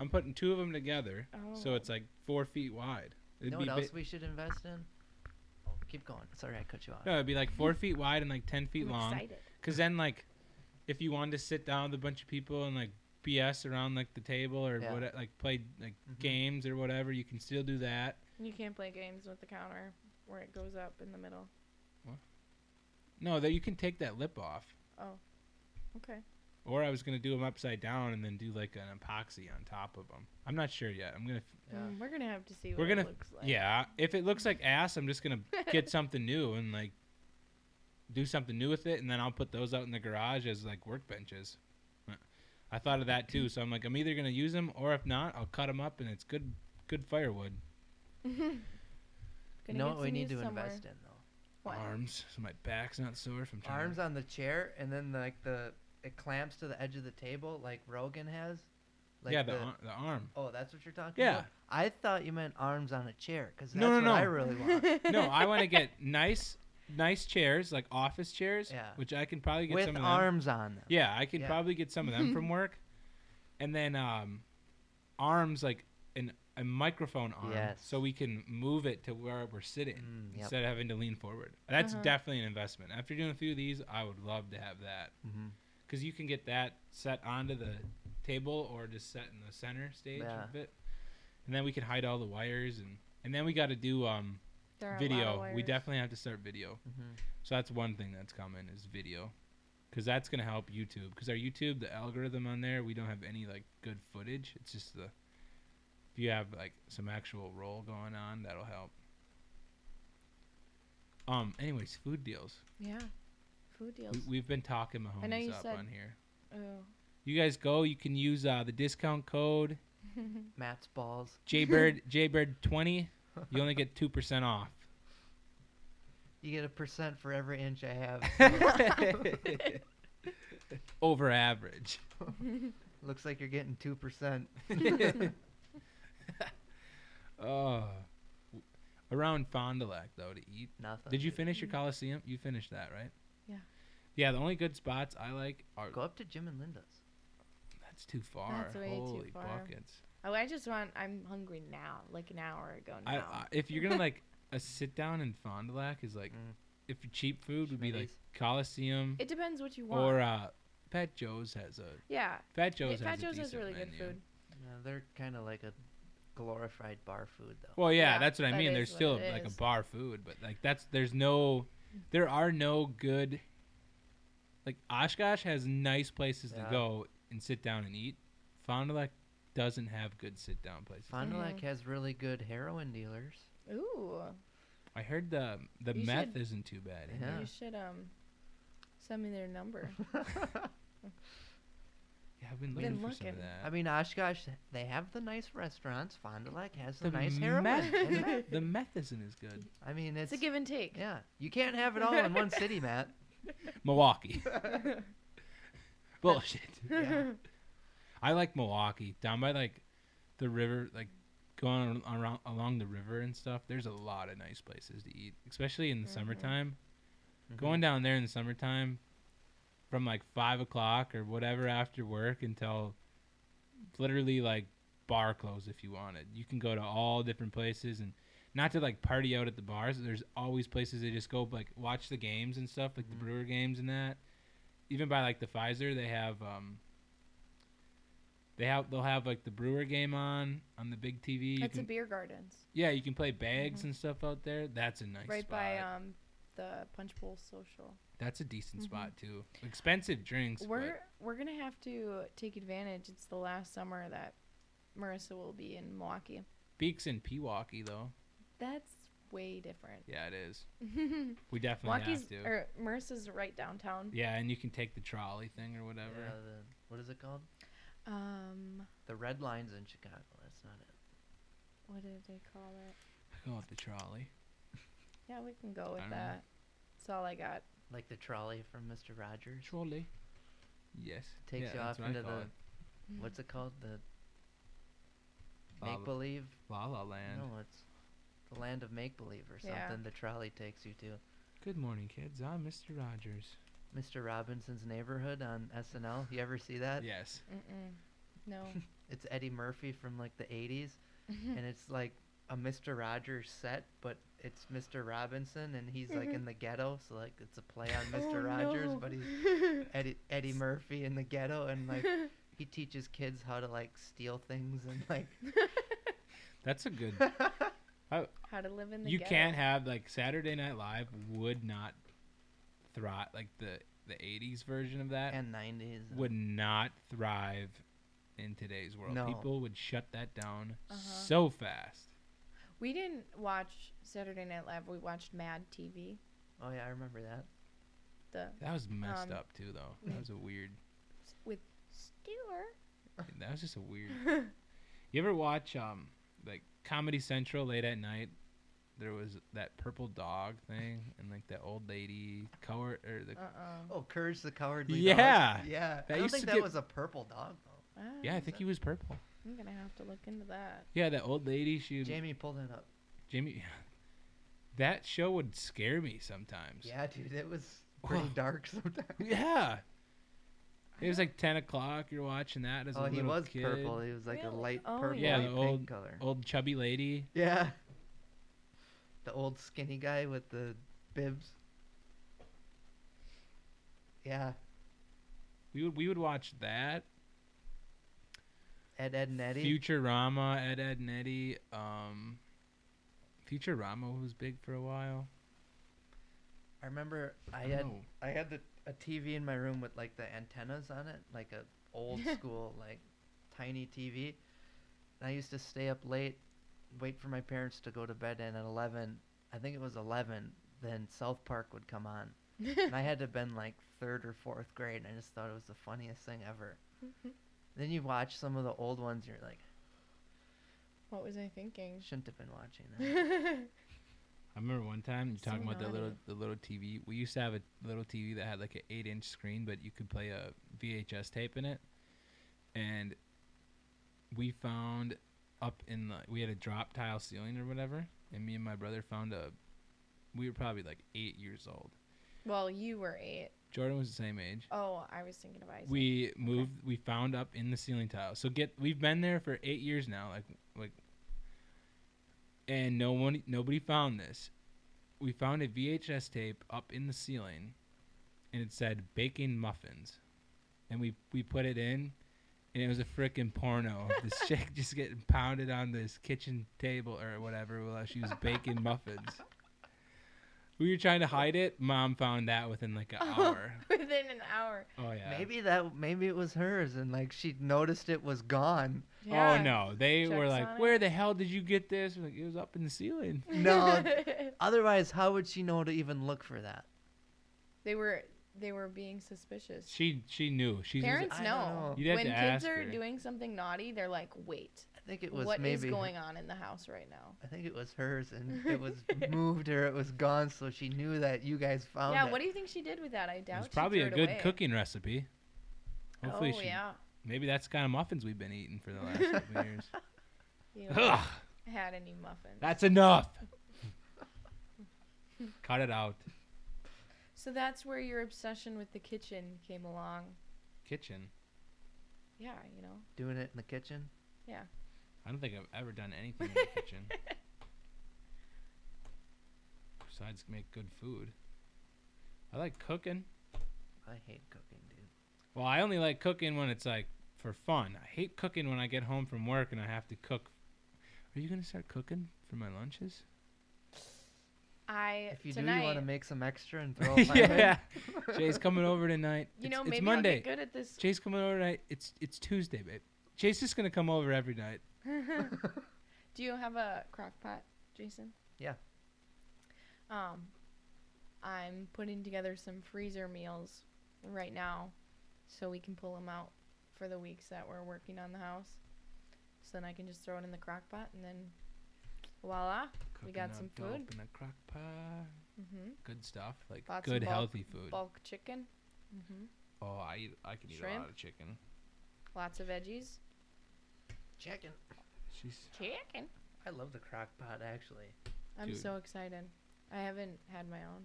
Speaker 1: I'm putting two of them together,
Speaker 3: Oh.
Speaker 1: so it's like four feet wide.
Speaker 2: You
Speaker 1: It'd
Speaker 2: know
Speaker 1: be
Speaker 2: what else
Speaker 1: bi-
Speaker 2: we should invest in? Oh, keep going. Sorry, I cut you off.
Speaker 1: no, it'd be like four feet wide and like ten feet
Speaker 3: I'm
Speaker 1: long.
Speaker 3: excited.
Speaker 1: Cause then like, if you wanted to sit down with a bunch of people and like BS around like the table or
Speaker 2: Yeah.
Speaker 1: what, like play like
Speaker 2: Mhm.
Speaker 1: games or whatever, you can still do that.
Speaker 3: You can't play games with the counter where it goes up in the middle.
Speaker 1: No, that you can take that lip off.
Speaker 3: Oh, okay.
Speaker 1: Or I was gonna do them upside down and then do like an epoxy on top of them. I'm not sure yet. I'm gonna. F-
Speaker 2: Yeah.
Speaker 3: Mm, we're gonna have to see what
Speaker 1: We're
Speaker 3: it
Speaker 1: gonna-
Speaker 3: looks like.
Speaker 1: yeah, if it looks like ass, I'm just gonna get something new and like do something new with it, and then I'll put those out in the garage as like workbenches. Uh, I thought of that too, so I'm like, I'm either gonna use them or if not, I'll cut them up and it's good, good firewood.
Speaker 2: You
Speaker 3: Gonna
Speaker 2: know
Speaker 3: get
Speaker 2: what we
Speaker 3: some
Speaker 2: need
Speaker 3: use
Speaker 2: to
Speaker 3: somewhere.
Speaker 2: invest in though?
Speaker 3: What?
Speaker 1: Arms, so my back's not sore from trying.
Speaker 2: Arms on the chair, and then like the it clamps to the edge of the table, like Rogan has. Like
Speaker 1: yeah, the, ar- the arm.
Speaker 2: Oh, that's what you're talking
Speaker 1: Yeah.
Speaker 2: about. I thought you meant arms on a chair because that's
Speaker 1: No,
Speaker 2: what
Speaker 1: no,
Speaker 2: I
Speaker 1: no.
Speaker 2: really want.
Speaker 1: No, I want to get nice, nice chairs, like office chairs,
Speaker 2: Yeah.
Speaker 1: which I can probably get
Speaker 2: With
Speaker 1: some of them.
Speaker 2: arms on them.
Speaker 1: Yeah, I could
Speaker 2: Yeah.
Speaker 1: probably get some of them from work, and then um, arms like an a microphone arm,
Speaker 2: Yes.
Speaker 1: so we can move it to where we're sitting
Speaker 2: Mm, yep.
Speaker 1: instead of having to lean forward. That's
Speaker 3: Uh-huh.
Speaker 1: definitely an investment. After doing a few of these, I would love to have that
Speaker 2: Mhm.
Speaker 1: because you can get that set onto the table or just set in the center stage
Speaker 2: Yeah.
Speaker 1: of it, and then we can hide all the wires and and then we got to do um
Speaker 3: There are a lot of
Speaker 1: video. We
Speaker 3: wires.
Speaker 1: definitely have to start video.
Speaker 2: Mhm.
Speaker 1: So that's one thing that's coming is video, because that's gonna help YouTube. Because our YouTube, the algorithm on there, we don't have any like good footage. It's just the if you have like some actual roll going on, that'll help. Um. Anyways, food deals.
Speaker 3: Yeah. Food deals.
Speaker 1: We, we've been talking Mahomes
Speaker 3: I know you
Speaker 1: up
Speaker 3: said-
Speaker 1: on here.
Speaker 3: oh.
Speaker 1: You guys go. You can use uh, the discount code
Speaker 2: Matt's balls.
Speaker 1: JBird JBird twenty. You only get two percent off.
Speaker 2: You get a percent for every inch I have. so-
Speaker 1: Over average.
Speaker 2: Looks like you're getting two percent.
Speaker 1: Oh, around Fond du Lac though to eat.
Speaker 2: Nothing.
Speaker 1: Did you
Speaker 2: dude.
Speaker 1: finish your Coliseum? You finished that, right?
Speaker 3: Mm-hmm. Yeah.
Speaker 1: Yeah, the only good spots I like are
Speaker 2: Go up to Jim and Linda's.
Speaker 1: that's too far.
Speaker 3: That's way too
Speaker 1: Holy
Speaker 3: far.
Speaker 1: buckets!
Speaker 3: oh, I just want. I'm hungry now. Like an hour ago now.
Speaker 1: I, I if you're gonna like a sit down in Fond du Lac is like
Speaker 2: Mm.
Speaker 1: if cheap food would be like
Speaker 2: Schmitty's.
Speaker 1: Coliseum
Speaker 3: it depends what you want.
Speaker 1: or uh, Fat Joe's has a
Speaker 3: yeah.
Speaker 1: Fat
Speaker 3: Yeah,
Speaker 1: Joe's
Speaker 3: Fat
Speaker 1: has
Speaker 3: Joe's
Speaker 1: a
Speaker 3: has
Speaker 1: decent
Speaker 3: really good
Speaker 1: menu.
Speaker 3: food.
Speaker 2: No, they're kind of like a glorified bar food though.
Speaker 1: Well, yeah,
Speaker 3: Yeah,
Speaker 1: that's what I
Speaker 3: that
Speaker 1: mean.
Speaker 3: is
Speaker 1: There's
Speaker 3: what
Speaker 1: still
Speaker 3: it
Speaker 1: like a
Speaker 3: is.
Speaker 1: bar food, but like that's there's no, there are no good. Like Oshkosh has nice places
Speaker 2: Yeah.
Speaker 1: to go and sit down and eat. Fond du Lac doesn't have good sit down places.
Speaker 2: Fond du Lac
Speaker 3: Mhm.
Speaker 2: has really good heroin dealers.
Speaker 3: Ooh.
Speaker 1: I heard the the
Speaker 3: You
Speaker 1: meth
Speaker 3: should-
Speaker 1: isn't too bad. eh?
Speaker 2: Yeah.
Speaker 3: You should um send me their number.
Speaker 1: Yeah, I've been looking
Speaker 3: Been
Speaker 1: for some of
Speaker 3: looking.
Speaker 1: that.
Speaker 2: I mean, Oshkosh, they have the nice restaurants. Fond du Lac has the,
Speaker 1: The
Speaker 2: nice heroin.
Speaker 1: meth-
Speaker 2: and meth.
Speaker 1: the meth isn't as good.
Speaker 2: I mean,
Speaker 3: It's
Speaker 2: it's,
Speaker 3: a give and take.
Speaker 2: yeah. You can't have it all in one city, Matt.
Speaker 1: Milwaukee. Bullshit.
Speaker 2: Yeah.
Speaker 1: I like Milwaukee down by like the river, like going ar- around along the river and stuff. There's a lot of nice places to eat, especially in the
Speaker 3: Mhm.
Speaker 1: summertime.
Speaker 2: Mm-hmm.
Speaker 1: Going down there in the summertime, from like five o'clock or whatever after work until literally like bar close if you wanted. You can go to all different places and not to like party out at the bars. There's always places they just go like watch the games and stuff, like
Speaker 2: Mhm.
Speaker 1: the Brewer games and that. Even by like the Pfizer, they have um. They have they'll have like the Brewer game on on the big TV. You
Speaker 3: That's a
Speaker 1: can,
Speaker 3: beer gardens.
Speaker 1: yeah, you can play bags
Speaker 3: Mhm.
Speaker 1: and stuff out there. That's a nice
Speaker 3: right
Speaker 1: spot.
Speaker 3: by um the Punch Bowl social.
Speaker 1: That's a decent
Speaker 3: Mhm.
Speaker 2: Mm-hmm.
Speaker 1: spot too. Expensive drinks. but-
Speaker 3: We're we're gonna have to take advantage. It's the last summer that Marissa will be in Milwaukee.
Speaker 1: Beaks in Pewaukee though.
Speaker 3: That's way different.
Speaker 1: Yeah, it is. We definitely
Speaker 3: Milwaukee's
Speaker 1: have to.
Speaker 3: or Marissa's right downtown.
Speaker 1: yeah, and you can take the trolley thing or whatever.
Speaker 2: Yeah, the, what is it called?
Speaker 3: Um,
Speaker 2: The Red Lines in Chicago. That's not it.
Speaker 3: what did they call it?
Speaker 1: Go with the trolley.
Speaker 3: Yeah, we can go
Speaker 1: I
Speaker 3: with
Speaker 1: don't know.
Speaker 3: that. That's all I got.
Speaker 2: Like the trolley from Mr. Rogers.
Speaker 1: Trolley. Yes.
Speaker 2: Takes
Speaker 1: yeah,
Speaker 2: you
Speaker 1: that's
Speaker 2: off
Speaker 1: what I
Speaker 2: into
Speaker 1: call
Speaker 2: the
Speaker 1: it.
Speaker 2: what's it called? The
Speaker 1: Lava-
Speaker 2: make believe?
Speaker 1: La La Land.
Speaker 2: No, it's the land of make believe or something.
Speaker 3: Yeah.
Speaker 2: The trolley takes you to
Speaker 1: Good morning, kids. I'm Mr. Rogers.
Speaker 2: Mr. Robinson's neighborhood on SNL. You ever see that?
Speaker 1: yes.
Speaker 3: Mm-mm. No.
Speaker 2: It's Eddie Murphy from like the 80s,
Speaker 3: Hmm.
Speaker 2: and it's like a Mr. Rogers set, but it's Mr. Robinson, and he's like
Speaker 3: Mhm.
Speaker 2: in the ghetto, so like it's a play on Mr.
Speaker 3: Oh,
Speaker 2: Rogers,
Speaker 3: no.
Speaker 2: but he's Eddie Eddie Murphy in the ghetto, and like he teaches kids how to like steal things and like
Speaker 1: That's a good.
Speaker 3: How to live in the
Speaker 1: you
Speaker 3: ghetto.
Speaker 1: can't have like Saturday Night Live would not thrive like the the 80s version of that
Speaker 2: and 90s.
Speaker 1: would not thrive in today's world.
Speaker 2: No.
Speaker 1: People would shut that down
Speaker 3: Uh-huh.
Speaker 1: so fast.
Speaker 3: We didn't watch Saturday Night Live. We watched Mad TV.
Speaker 2: Oh yeah, I remember that.
Speaker 3: The
Speaker 1: That was messed
Speaker 3: Um,
Speaker 1: up too, though.
Speaker 3: yeah.
Speaker 1: That was a weird.
Speaker 3: with Stewart.
Speaker 1: That was just a weird. You ever watch um like Comedy Central late at night? there was that purple dog thing and like that old lady coward or the
Speaker 3: Uh-uh.
Speaker 2: Oh, Courage the Cowardly
Speaker 1: Yeah.
Speaker 2: Dog. Yeah. I don't
Speaker 1: used
Speaker 2: think
Speaker 1: to
Speaker 2: that
Speaker 1: get-
Speaker 2: was a purple dog though.
Speaker 1: yeah I think he was purple.
Speaker 3: Ah, I'm gonna have to look into that.
Speaker 1: Yeah, that old lady. She
Speaker 2: Jamie pulled it up.
Speaker 1: Jamie. That show would scare me sometimes.
Speaker 2: Yeah, dude, it was pretty
Speaker 1: Whoa.
Speaker 2: dark sometimes.
Speaker 1: Yeah. It was like ten o'clock. You're watching that as
Speaker 2: Oh,
Speaker 1: a
Speaker 2: he
Speaker 1: little
Speaker 2: was
Speaker 1: kid.
Speaker 2: purple. He was like a
Speaker 3: Really?
Speaker 2: light
Speaker 3: Oh,
Speaker 2: purple,
Speaker 1: yeah. Yeah,
Speaker 2: light
Speaker 1: the
Speaker 2: pink
Speaker 1: old-
Speaker 2: color.
Speaker 1: Old chubby lady.
Speaker 2: Yeah. The old skinny guy with the bibs. Yeah,
Speaker 1: We would we would watch that.
Speaker 2: Ed, Ed, and Eddie.
Speaker 1: Futurama, Ed Ed and Eddie. Um, Futurama was big for a while.
Speaker 2: I remember I
Speaker 1: don't
Speaker 2: had
Speaker 1: know.
Speaker 2: I had the, a TV in my room with like the antennas on it, like a old school like tiny TV. And I used to stay up late, wait for my parents to go to bed, and at eleven, I think it was eleven, then South Park would come on, and I had to been like third or fourth grade, and I just thought it was the funniest thing ever. then you watch some of the old ones, you're like,
Speaker 3: What was I thinking?
Speaker 2: shouldn't have been watching that.
Speaker 3: yeah.
Speaker 1: I remember one time you
Speaker 3: So
Speaker 1: talking about the little
Speaker 3: naughty.
Speaker 1: the little TV. We used to have a little TV that had like an eight inch screen, but you could play a VHS tape in it. And we found up in the we had a drop tile ceiling or whatever, and me and my brother found a. We were probably like eight years old.
Speaker 3: Well, you were eight.
Speaker 1: Jordan was the same age.
Speaker 3: Oh, I was thinking of Isaac.
Speaker 1: we moved we found up in the ceiling tile so get we've been there for eight years now like like and no one nobody found this we found a vhs tape up in the ceiling and it said baking muffins and we we put it in and it was a freaking porno of this chick just getting pounded on this kitchen table or whatever while she was baking muffins we were trying to hide it mom found that within like an
Speaker 3: Oh.
Speaker 1: hour
Speaker 3: within an hour.
Speaker 1: oh yeah
Speaker 2: Maybe that maybe it was hers, and like she noticed it was gone.
Speaker 1: Oh no, they were
Speaker 3: Checks
Speaker 1: like,
Speaker 3: on it.
Speaker 1: "Where the hell did you get this?" We're like, it was up in the ceiling.
Speaker 2: No. Otherwise, how would she know to even look for that?
Speaker 3: they were they were being suspicious.
Speaker 1: She she knew. She
Speaker 3: Parents
Speaker 2: I don't
Speaker 3: know.
Speaker 2: know.
Speaker 1: You'd have
Speaker 3: when
Speaker 1: to
Speaker 3: kids
Speaker 1: ask
Speaker 3: are
Speaker 1: her.
Speaker 3: doing something naughty, they're like, "Wait,
Speaker 2: I think it was
Speaker 3: what
Speaker 2: maybe.
Speaker 3: is going on in the house right now?"
Speaker 2: I think it was hers, and it was moved or it was gone, so she knew that you guys found
Speaker 3: yeah,
Speaker 2: it.
Speaker 3: what do you think she did with that? I
Speaker 1: it's
Speaker 3: doubt. she
Speaker 1: probably a
Speaker 3: threw it
Speaker 1: good
Speaker 3: away.
Speaker 1: cooking recipe. Hopefully
Speaker 3: oh
Speaker 1: she.
Speaker 3: yeah,
Speaker 1: Maybe that's the kind of muffins we've been eating for the last couple years.
Speaker 3: you
Speaker 1: Ugh,
Speaker 3: had any muffins?
Speaker 1: that's enough. Cut it out.
Speaker 3: so that's where your obsession with the kitchen came along.
Speaker 1: Kitchen.
Speaker 3: Yeah, you know.
Speaker 2: Doing it in the kitchen.
Speaker 1: I don't think I've ever done anything in the kitchen besides make good food. I like cooking.
Speaker 2: I hate cooking, dude.
Speaker 1: Well, I only like cooking when it's like for fun. I hate cooking when I get home from work and I have to cook. Are you gonna start cooking for my lunches?
Speaker 3: I
Speaker 2: If you
Speaker 3: tonight,
Speaker 2: do, you want to make some extra and throw it my way?
Speaker 1: Jay's coming over tonight.
Speaker 3: you
Speaker 1: it's,
Speaker 3: know,
Speaker 1: it's
Speaker 3: maybe I'll
Speaker 1: Monday.
Speaker 3: get good at this.
Speaker 1: Jay's coming over tonight. It's it's Tuesday, babe. Jay's just gonna come over every night.
Speaker 3: Do you have a crock pot, Jason?
Speaker 2: Yeah.
Speaker 3: Um, I'm putting together some freezer meals right now so we can pull them out for the weeks that we're working on the house. So then I can just throw it in the crock pot and then voila. We got
Speaker 1: Cooking
Speaker 3: some
Speaker 1: up dope
Speaker 3: food.
Speaker 1: in a crock pot.
Speaker 3: hmm
Speaker 1: Good stuff, like
Speaker 3: Lots of
Speaker 1: good
Speaker 3: bulk-
Speaker 1: healthy food.
Speaker 3: Bulk chicken. hmm
Speaker 1: Oh, I eat, I can eat a
Speaker 3: Shrimp.
Speaker 1: lot of chicken.
Speaker 3: Lots of veggies.
Speaker 2: Chicken.
Speaker 1: She's
Speaker 3: Chicken.
Speaker 2: I love the crock pot, actually.
Speaker 3: I'm
Speaker 1: Dude.
Speaker 3: so excited. I haven't had my own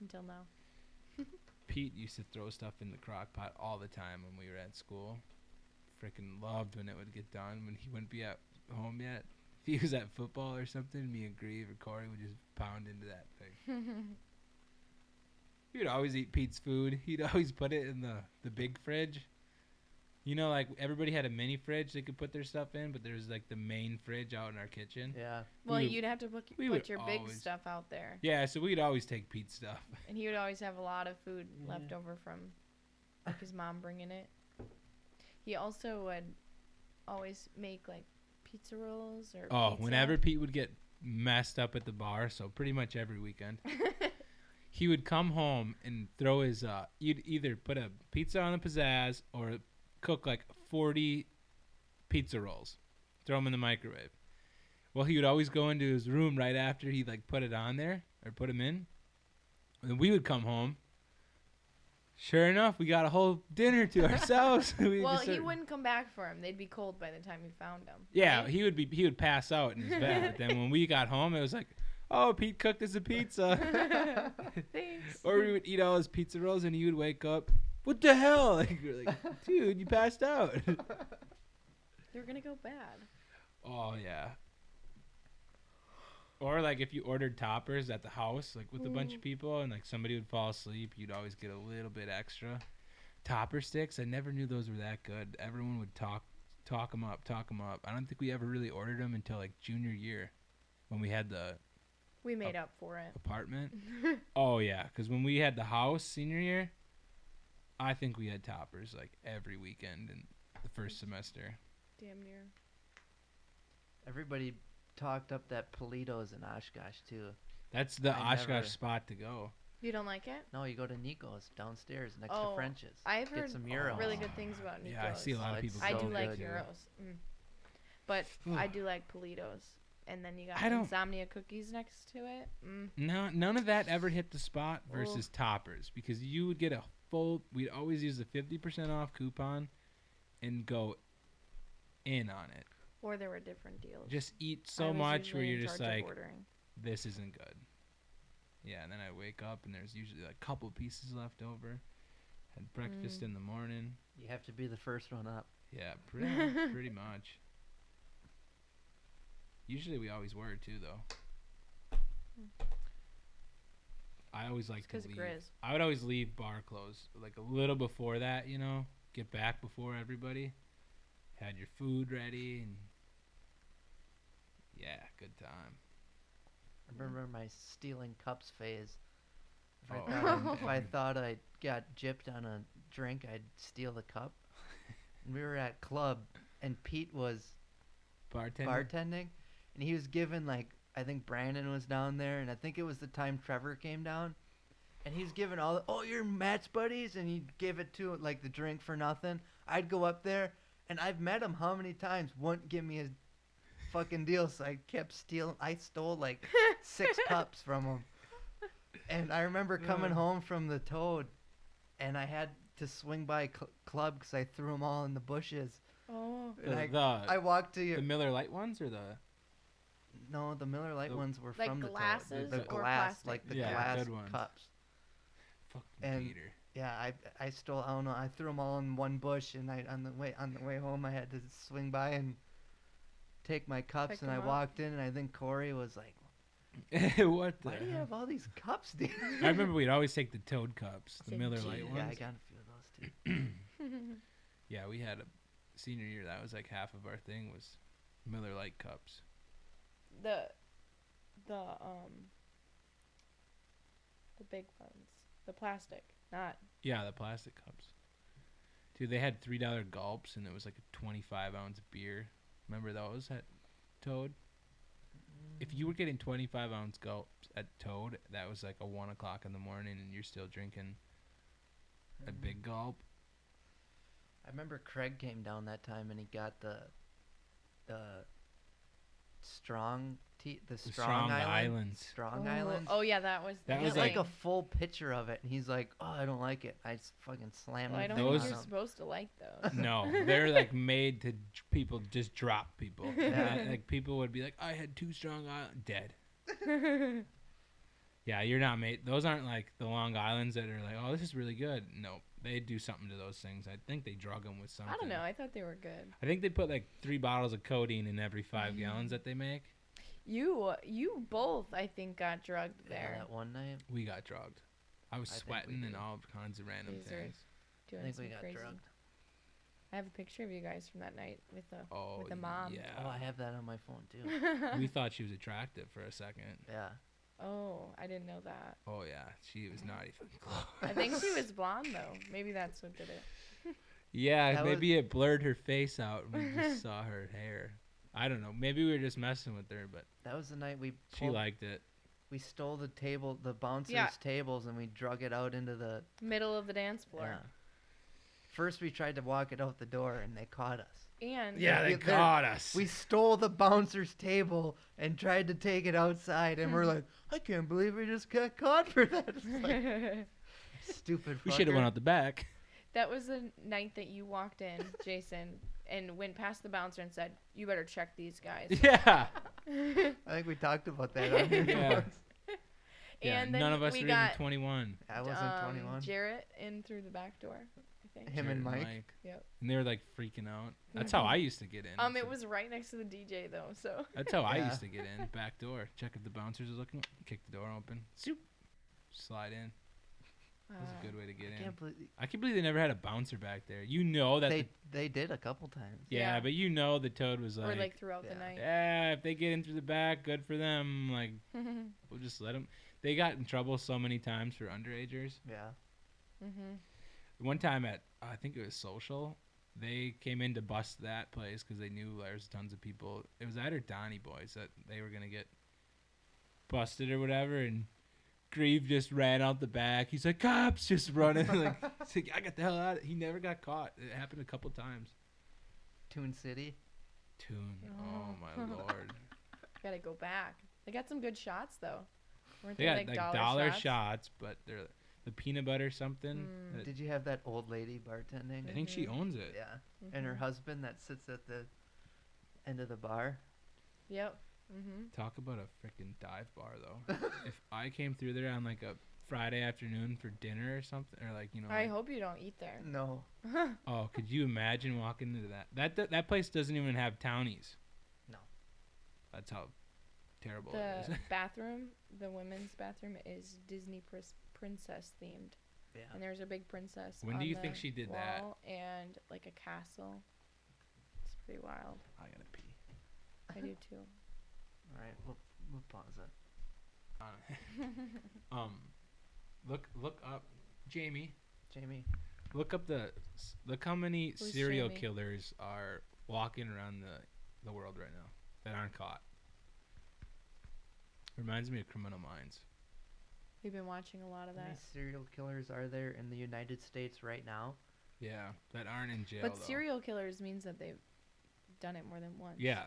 Speaker 3: until now.
Speaker 1: Pete used to throw stuff in the crock pot all the time when we were at school. Freaking loved when it would get done when he wouldn't be at home yet. If he was at football or something, me and Grieve or Corey would just pound into that thing. He'd always eat Pete's food. He'd always put it in the, the big fridge. You know, like everybody had a mini fridge they could put their stuff in, but there's like the main fridge out in our kitchen.
Speaker 2: Yeah.
Speaker 3: Well,
Speaker 1: would-
Speaker 3: you'd have to put,
Speaker 1: we
Speaker 3: put
Speaker 1: would
Speaker 3: your big
Speaker 1: always-
Speaker 3: stuff out there.
Speaker 1: Yeah, so we'd always take Pete's stuff.
Speaker 3: And he would always have a lot of food
Speaker 2: Yeah.
Speaker 3: left over from like, his mom bringing it. He also would always make like pizza rolls or
Speaker 1: Oh,
Speaker 3: pizza.
Speaker 1: whenever Pete would get messed up at the bar, so pretty much every weekend, he would come home and throw his. Uh, you'd either put a pizza on a pizzazz or cook like forty pizza rolls, throw them in the microwave. Well, he would always go into his room right after he like put it on there or put him in. And we would come home. Sure enough, we got a whole dinner to ourselves. We
Speaker 3: well,
Speaker 1: just
Speaker 3: he
Speaker 1: sort-
Speaker 3: wouldn't come back for him. They'd be cold by the time you found them.
Speaker 1: Yeah, he would be. He would pass out in his bed. but then when we got home, it was like, oh, Pete cooked us a pizza,
Speaker 3: Thanks.
Speaker 1: or we would eat all his pizza rolls, and he would wake up. What the hell? Like, we're like, dude, you passed out.
Speaker 3: They're gonna go bad.
Speaker 1: oh yeah. Or like if you ordered toppers at the house, like with a bunch of people, and like somebody would fall asleep, you'd always get a little bit extra. Topper sticks, I never knew those were that good. Everyone would talk, talk them up, talk them up. I don't think we ever really ordered them until like junior year, when we had the
Speaker 3: We made
Speaker 1: Oh.
Speaker 3: up for it.
Speaker 1: apartment. oh yeah, because when we had the house senior year, I think we had toppers like every weekend in the first semester.
Speaker 3: Damn near.
Speaker 2: Everybody talked up that Polito's in Oshkosh too.
Speaker 1: That's the
Speaker 2: I
Speaker 1: Oshkosh
Speaker 2: never-
Speaker 1: spot to go.
Speaker 3: You don't like it?
Speaker 2: No, you go to Nico's downstairs next
Speaker 3: Oh,
Speaker 2: to French's.
Speaker 3: I've
Speaker 2: Get
Speaker 3: heard
Speaker 2: some euros.
Speaker 3: really good things about Nico's.
Speaker 1: Yeah, I see a lot
Speaker 2: Oh,
Speaker 1: of
Speaker 2: it's
Speaker 1: people.
Speaker 3: I
Speaker 1: go
Speaker 3: do
Speaker 2: so
Speaker 1: there.
Speaker 2: good,
Speaker 3: like
Speaker 2: dude.
Speaker 3: euros, mm. but I do like Politos. And then you got
Speaker 1: I don't-
Speaker 3: insomnia cookies next to it. Mm.
Speaker 1: No, none of that ever hit the spot
Speaker 3: Oh.
Speaker 1: versus toppers because you would get a full. We'd always use the fifty percent off coupon, and go in on it.
Speaker 3: Or there were different deals.
Speaker 1: Just eat
Speaker 3: Oh, I
Speaker 1: so
Speaker 3: was
Speaker 1: much where
Speaker 3: usually in
Speaker 1: you're just
Speaker 3: charge of
Speaker 1: like,
Speaker 3: ordering.
Speaker 1: this isn't good. Yeah, and then I wake up and there's usually a couple pieces left over. Had breakfast
Speaker 3: Mm.
Speaker 1: in the morning.
Speaker 2: You have to be the first one up.
Speaker 1: Yeah, pretty pretty much. Usually we always were too though. I always like to
Speaker 3: because of
Speaker 1: leave.
Speaker 3: Grizz.
Speaker 1: I would always leave bar close like a little before that, you know, get back before everybody. Had your food ready and yeah, good time.
Speaker 2: I remember my stealing cups phase. If,
Speaker 1: Oh,
Speaker 2: I, thought I,
Speaker 1: okay.
Speaker 2: if I thought I got gypped on a drink, I'd steal the cup. And we were at club, and Pete was
Speaker 1: Bartender.
Speaker 2: bartending, and he was given like I think Brandon was down there, and I think it was the time Trevor came down, and he's given all the, oh you're Matt's buddies, and he'd give it to like the drink for nothing. I'd go up there, and I've met him how many times? Wouldn't give me his fucking deal, so I kept stealing. I stole like six cups from him, and I remember coming
Speaker 1: Ugh.
Speaker 2: home from the Toad, and I had to swing by cl- club because I threw them all in the bushes.
Speaker 3: Oh,
Speaker 1: the,
Speaker 2: Like,
Speaker 1: the,
Speaker 2: I walked to your
Speaker 1: Uh, the Miller Light ones or the
Speaker 2: No, the Miller Lite
Speaker 1: The-
Speaker 2: ones were
Speaker 3: Like
Speaker 2: from the
Speaker 3: glasses
Speaker 2: the,
Speaker 1: or
Speaker 2: the glass,
Speaker 3: plastic?
Speaker 2: like the
Speaker 1: Yeah,
Speaker 2: glass
Speaker 1: good ones.
Speaker 2: cups.
Speaker 1: fucking
Speaker 2: And-
Speaker 1: Peter.
Speaker 2: Yeah, I I stole. I don't know. I threw them all in one bush, and I on the way on the way home, I had to swing by and take my cups,
Speaker 3: Pick
Speaker 2: and I
Speaker 3: 'em up.
Speaker 2: walked in, and I think Corey was like,
Speaker 1: what the?
Speaker 2: "Why do you have all these cups, dude?"
Speaker 1: I remember we'd always take the Toad cups, the
Speaker 3: Same
Speaker 1: Miller
Speaker 3: tea.
Speaker 1: Light
Speaker 2: yeah,
Speaker 1: ones. Yeah,
Speaker 2: I got a few of those too.
Speaker 1: we had a senior year. That was like half of our thing was Miller Light cups.
Speaker 3: the the um the big ones, the plastic, not
Speaker 1: Yeah, the plastic cups. Dude, they had three dollar gulps, and it was like a twenty five ounce beer. Remember those at Toad? If you were getting twenty five ounce gulps at Toad, that was like a one o'clock in the morning, and you're still drinking a big gulp.
Speaker 2: I remember Craig came down that time, and he got the the strong tea, the
Speaker 1: The
Speaker 2: strong,
Speaker 1: Strong
Speaker 2: island,
Speaker 1: Islands.
Speaker 2: strong
Speaker 3: oh,
Speaker 2: islands.
Speaker 3: Oh yeah, that was
Speaker 1: That
Speaker 2: I
Speaker 3: the
Speaker 1: was
Speaker 2: got like,
Speaker 3: thing.
Speaker 2: a full picture of it, and he's like, "Oh, I don't like it." I just fucking slammed
Speaker 3: Well, I
Speaker 2: the
Speaker 3: don't
Speaker 2: thing
Speaker 1: Those-
Speaker 3: think
Speaker 2: on
Speaker 3: you're
Speaker 2: him.
Speaker 3: supposed to like those.
Speaker 1: No, they're like made to j- people just drop people.
Speaker 2: Yeah.
Speaker 1: Not- like people would be like, I had two strong island dead. yeah, you're not made. Those aren't like the Long Island's that are like, oh, this is really good. No, they do something to those things. I think they drug them with something.
Speaker 3: I don't know. I thought they were good.
Speaker 1: I think they put like three bottles of codeine in every five gallons that they make.
Speaker 3: You you both I think got drugged
Speaker 2: Yeah,
Speaker 3: there.
Speaker 2: that one night,
Speaker 1: We got drugged. I was
Speaker 2: I think we
Speaker 1: sweating and
Speaker 2: did.
Speaker 1: all kinds of random
Speaker 3: These are-
Speaker 1: things.
Speaker 3: Doing
Speaker 2: I think we
Speaker 3: some
Speaker 2: got
Speaker 3: crazy.
Speaker 2: drugged.
Speaker 3: I have a picture of you guys from that night with the
Speaker 1: Oh,
Speaker 3: with the mom.
Speaker 2: Oh,
Speaker 1: yeah.
Speaker 2: I have that on my phone too.
Speaker 1: we thought she was attractive for a second.
Speaker 2: yeah,
Speaker 3: Oh, I didn't know that.
Speaker 1: Oh yeah, she was not even close.
Speaker 3: I think she was blonde though. Maybe that's what did it.
Speaker 1: Yeah,
Speaker 2: That was-
Speaker 1: maybe it blurred her face out and we just saw her hair. I don't know. Maybe we were just messing with her, but
Speaker 2: that was the night we
Speaker 1: she
Speaker 2: pulled,
Speaker 1: liked it.
Speaker 2: we stole the table, the bouncers' tables, and we drug it out into the
Speaker 3: Middle of the dance floor.
Speaker 2: yeah. First, we tried to walk it out the door, and they caught us.
Speaker 3: And
Speaker 1: Yeah, they
Speaker 2: Yeah, they're-
Speaker 1: caught us.
Speaker 2: We stole the bouncer's table and tried to take it outside, and we're like, I can't believe we just got caught for that. It's like, stupid.
Speaker 1: we should have went
Speaker 2: fucker.
Speaker 1: out the back.
Speaker 3: that was the night that you walked in, Jason, and went past the bouncer and said, "You better check these guys."
Speaker 1: Yeah.
Speaker 2: I think we talked about that. On here
Speaker 1: Yeah.
Speaker 2: once.
Speaker 1: yeah.
Speaker 3: And then
Speaker 1: None of us
Speaker 3: we
Speaker 1: are
Speaker 3: got,
Speaker 1: even 21.
Speaker 2: I wasn't
Speaker 3: um,
Speaker 2: 21.
Speaker 3: Jarrett in through the back door, I think.
Speaker 2: Him and Mike.
Speaker 3: Yep.
Speaker 1: And they were like freaking out. That's how I used to get in.
Speaker 3: Um, it
Speaker 1: So-
Speaker 3: was right next to the DJ though, so
Speaker 1: That's how I
Speaker 2: Yeah.
Speaker 1: used to get in. Back door. Check if the bouncers are looking. Kick the door open. Zoop. Slide in.
Speaker 3: uh,
Speaker 1: That was a good way to get
Speaker 2: I
Speaker 1: in.
Speaker 2: can't believe
Speaker 1: I can't believe they never had a bouncer back there. You know that.
Speaker 2: they
Speaker 1: the,
Speaker 2: they did a couple times.
Speaker 1: yeah,
Speaker 3: Yeah.
Speaker 1: but you know the toad was
Speaker 3: or
Speaker 1: like,
Speaker 3: like throughout
Speaker 2: Yeah.
Speaker 3: the night.
Speaker 1: yeah, if they get in through the back, good for them. Like,
Speaker 3: mm-hmm.
Speaker 1: we'll just let them. They got in trouble so many times for underagers.
Speaker 2: Yeah.
Speaker 1: One time at, I think it was social, they came in to bust that place because they knew there was tons of people. It was at or Donnie Boys that they were going to get busted or whatever. And Grieve just ran out the back. He's like, cops just running. like, he's like, I got the hell out of He never got caught. It happened a couple times.
Speaker 2: Toon City.
Speaker 1: Tune. Oh,
Speaker 3: Oh.
Speaker 1: my lord.
Speaker 3: Gotta go back. They got some good shots though. Weren't
Speaker 1: They
Speaker 3: they,
Speaker 1: got
Speaker 3: like, dollar, shots?
Speaker 1: shots, but they're the peanut butter something.
Speaker 3: Mm.
Speaker 1: that-
Speaker 2: Did you have that old lady bartending?
Speaker 1: I think she owns it.
Speaker 2: Yeah. And her
Speaker 3: Mhm.
Speaker 2: husband that sits at the end of the bar.
Speaker 3: Yep. Mm-hmm.
Speaker 1: Talk about a freaking dive bar though. if I came through there on like a Friday afternoon for dinner or something, or like you know,
Speaker 3: I
Speaker 1: like-
Speaker 3: hope you don't eat there.
Speaker 2: No.
Speaker 1: oh, could you imagine walking into that? That that, that place doesn't even have townies.
Speaker 2: No.
Speaker 1: That's how terrible it
Speaker 3: the
Speaker 1: is.
Speaker 3: bathroom, the women's bathroom, is Disney pris- princess themed,
Speaker 2: Yeah.
Speaker 3: and there's a big princess.
Speaker 1: When do
Speaker 3: on
Speaker 1: you think
Speaker 3: the
Speaker 1: she did that?
Speaker 3: wall And like a castle. It's pretty wild.
Speaker 1: I gotta pee.
Speaker 3: I do too.
Speaker 2: All right. We'll we'll pause it.
Speaker 1: Um, look look up, Jamie.
Speaker 2: Jamie.
Speaker 1: Look up the s- look how many
Speaker 3: Who's
Speaker 1: serial
Speaker 3: Jamie?
Speaker 1: killers are walking around the the world right now that aren't caught. Reminds me of Criminal Minds.
Speaker 3: We've been watching a lot of
Speaker 2: How many
Speaker 3: that.
Speaker 2: serial killers are there in the United States right now?
Speaker 1: Yeah, that aren't in jail.
Speaker 3: But
Speaker 1: though.
Speaker 3: serial killers means that they've done it more than once.
Speaker 1: Yeah,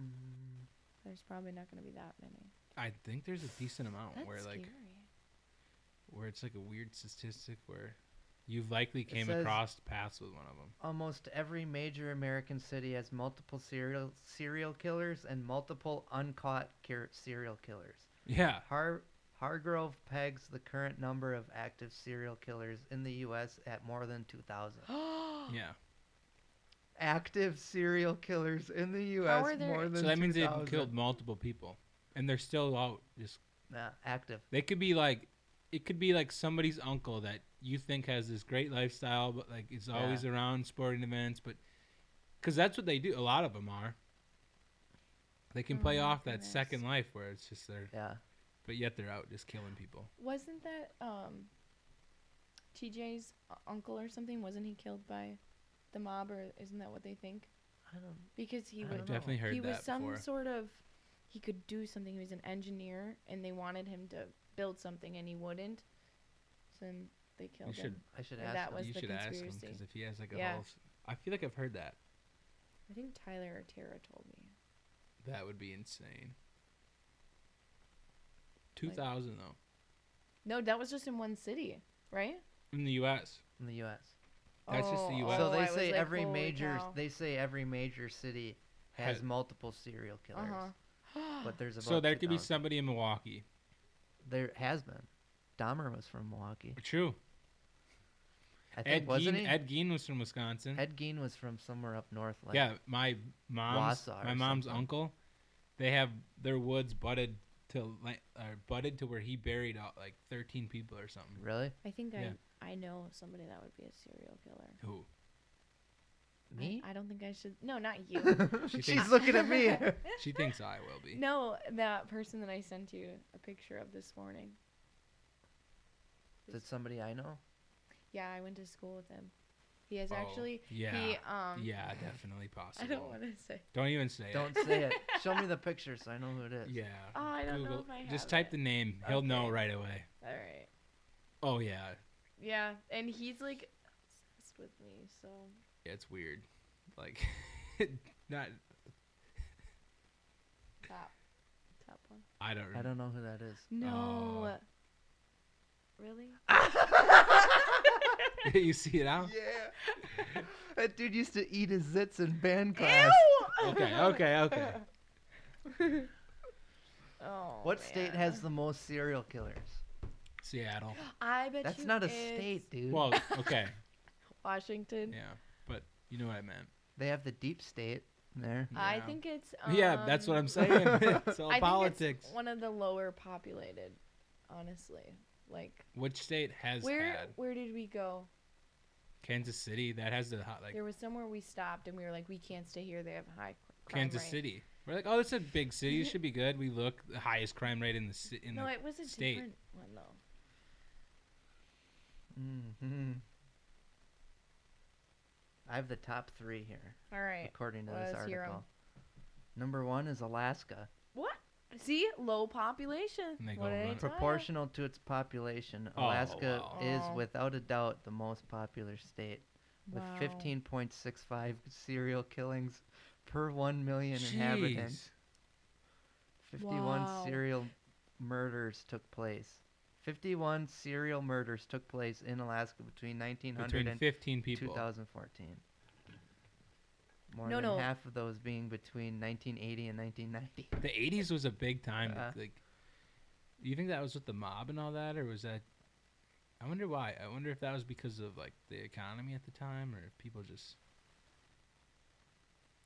Speaker 2: Mm,
Speaker 3: There's probably not going to be that many.
Speaker 1: I think there's a decent amount
Speaker 3: That's
Speaker 1: where like
Speaker 3: scary.
Speaker 1: where it's like a weird statistic where you've likely came
Speaker 2: says-
Speaker 1: across paths with one of them.
Speaker 2: Almost every major American city has multiple serial serial killers and multiple uncaught cur- serial killers.
Speaker 1: Yeah,
Speaker 2: Har- Hargrove pegs the current number of active serial killers in the U.S. at more than 2,000.
Speaker 1: yeah.
Speaker 2: active serial killers in the
Speaker 3: How
Speaker 2: U.S.
Speaker 3: are there-
Speaker 2: more than
Speaker 1: So that means they've
Speaker 2: 2,000.
Speaker 1: killed multiple people, and they're still out. Just
Speaker 2: Nah, active.
Speaker 1: they could be like, it could be like somebody's uncle that you think has this great lifestyle, but like is always around sporting events, but because that's what they do. A lot of them are. They can
Speaker 3: Oh
Speaker 1: play
Speaker 3: my
Speaker 1: off that
Speaker 3: goodness.
Speaker 1: second life where it's just they're,
Speaker 2: Yeah.
Speaker 1: but yet they're out just killing people.
Speaker 3: Wasn't that um TJ's u- uncle or something? Wasn't he killed by the mob or isn't that what they think?
Speaker 2: I don't.
Speaker 3: Because he
Speaker 2: I
Speaker 1: I've
Speaker 3: was
Speaker 2: don't know.
Speaker 1: definitely heard
Speaker 3: he
Speaker 1: that
Speaker 3: was some
Speaker 1: before.
Speaker 3: sort of he could do something. He was an engineer and they wanted him to build something and he wouldn't. So then they killed
Speaker 1: should-
Speaker 3: him.
Speaker 2: I should
Speaker 3: Or
Speaker 2: ask.
Speaker 3: that
Speaker 2: them.
Speaker 3: was
Speaker 1: you
Speaker 3: the
Speaker 1: should ask him
Speaker 3: conspiracy.
Speaker 1: because if he has like a
Speaker 3: Yeah.
Speaker 1: whole, s- I feel like I've heard that.
Speaker 3: I think Tyler or Tara told me.
Speaker 1: That would be insane. Two thousand though
Speaker 3: No, that was just in one city, right?
Speaker 1: in the U.S.
Speaker 2: in the U.S.
Speaker 1: That's just the US.
Speaker 2: so
Speaker 1: Oh,
Speaker 2: they
Speaker 3: I was
Speaker 2: say
Speaker 3: like,
Speaker 2: every
Speaker 3: "Holy
Speaker 2: major.
Speaker 3: cow."
Speaker 2: They say every major city has
Speaker 1: Had-
Speaker 2: multiple serial killers,
Speaker 3: Uh-huh.
Speaker 2: but there's about.
Speaker 1: So there could be
Speaker 2: 2,000.
Speaker 1: somebody in Milwaukee.
Speaker 2: There has been. Dahmer was from Milwaukee.
Speaker 1: True.
Speaker 2: I think
Speaker 1: Ed
Speaker 2: wasn't
Speaker 1: Gein,
Speaker 2: he?
Speaker 1: Ed Gein was from Wisconsin.
Speaker 2: Ed Gein was from somewhere up north. Like,
Speaker 1: yeah, my mom's
Speaker 2: Wausau or
Speaker 1: my mom's
Speaker 2: something.
Speaker 1: uncle. They have their woods butted to like or butted to where he buried uh, like thirteen people or something.
Speaker 2: Really?
Speaker 3: I think
Speaker 1: Yeah.
Speaker 3: I I know somebody that would be a serial killer.
Speaker 1: Who?
Speaker 3: I-
Speaker 2: Me?
Speaker 3: I, don't think I should. No, not you.
Speaker 1: She
Speaker 2: She's
Speaker 1: thinks-
Speaker 2: looking at me.
Speaker 1: She thinks I will be.
Speaker 3: no, that person that I sent you a picture of this morning.
Speaker 2: Is it somebody I know?
Speaker 3: Yeah, I went to school with him. He has
Speaker 1: Oh,
Speaker 3: actually.
Speaker 1: Yeah.
Speaker 3: He um.
Speaker 1: yeah, definitely possible.
Speaker 3: I don't want to say.
Speaker 1: Don't even say it.
Speaker 2: Don't say it. Show me the picture so I know who it is.
Speaker 1: Yeah.
Speaker 3: Oh, I don't know if I
Speaker 1: Just
Speaker 3: have
Speaker 1: type
Speaker 3: it.
Speaker 1: the name. He'll know right away.
Speaker 3: All right.
Speaker 1: Oh yeah.
Speaker 3: Yeah, and he's like obsessed with me, so
Speaker 1: Yeah, it's weird. Like, not.
Speaker 3: top, top one.
Speaker 1: I don't. Remember.
Speaker 2: I don't know who that is.
Speaker 3: No.
Speaker 1: Oh.
Speaker 3: Really?
Speaker 1: you see it out?
Speaker 2: Yeah. that dude used to eat his zits in band class.
Speaker 3: Ew!
Speaker 1: Okay, okay, okay.
Speaker 3: oh.
Speaker 2: What state has
Speaker 3: man.
Speaker 2: the most serial killers?
Speaker 1: Seattle.
Speaker 3: I bet
Speaker 2: That's
Speaker 3: you
Speaker 2: not a
Speaker 3: it's
Speaker 2: state, dude.
Speaker 1: Well, okay,
Speaker 3: Washington.
Speaker 1: yeah, but you know what I meant.
Speaker 2: they have the deep state there.
Speaker 3: I
Speaker 1: Yeah.
Speaker 3: think it's. Um,
Speaker 1: yeah, that's what I'm saying. it's all
Speaker 3: I think it's
Speaker 1: politics.
Speaker 3: one of the lower populated, honestly. Like
Speaker 1: Which state has
Speaker 3: where
Speaker 1: had
Speaker 3: where did we go?
Speaker 1: Kansas City? That has the hot like
Speaker 3: there was somewhere we stopped and we were like, we can't stay here. They have high. cr- crime
Speaker 1: Kansas
Speaker 3: rate."
Speaker 1: City. We're like, oh, it's a big city. It should be good. We look the highest crime rate in the ci- in
Speaker 3: No,
Speaker 1: the
Speaker 3: it was a
Speaker 1: state.
Speaker 3: different one though. Mm-hmm.
Speaker 2: hmm I have the top three here,
Speaker 3: All right.
Speaker 2: according to
Speaker 3: let
Speaker 2: this
Speaker 3: us hear 'em.
Speaker 2: article. Number one is Alaska.
Speaker 3: What? See, low population.
Speaker 1: And they go
Speaker 3: What did I
Speaker 1: run-
Speaker 3: tell ya?
Speaker 2: Proportional to its population,
Speaker 1: Oh,
Speaker 2: Alaska
Speaker 1: wow.
Speaker 3: Oh.
Speaker 2: is without a doubt the most popular state, with
Speaker 3: Wow.
Speaker 2: 15.65 serial killings per 1 million inhabitants.
Speaker 1: Jeez.
Speaker 2: 51
Speaker 3: Wow.
Speaker 2: serial murders took place. 51 serial murders took place in Alaska between 1900
Speaker 1: Between
Speaker 2: and
Speaker 1: 15 people.
Speaker 2: 2014. More
Speaker 3: No,
Speaker 2: than
Speaker 3: no.
Speaker 2: half of those being between 1980 and 1990.
Speaker 1: The 80s was a big time.
Speaker 2: Uh.
Speaker 1: like, do you think that was with the mob and all that, or was that? I wonder why. I wonder if that was because of like the economy at the time, or if people just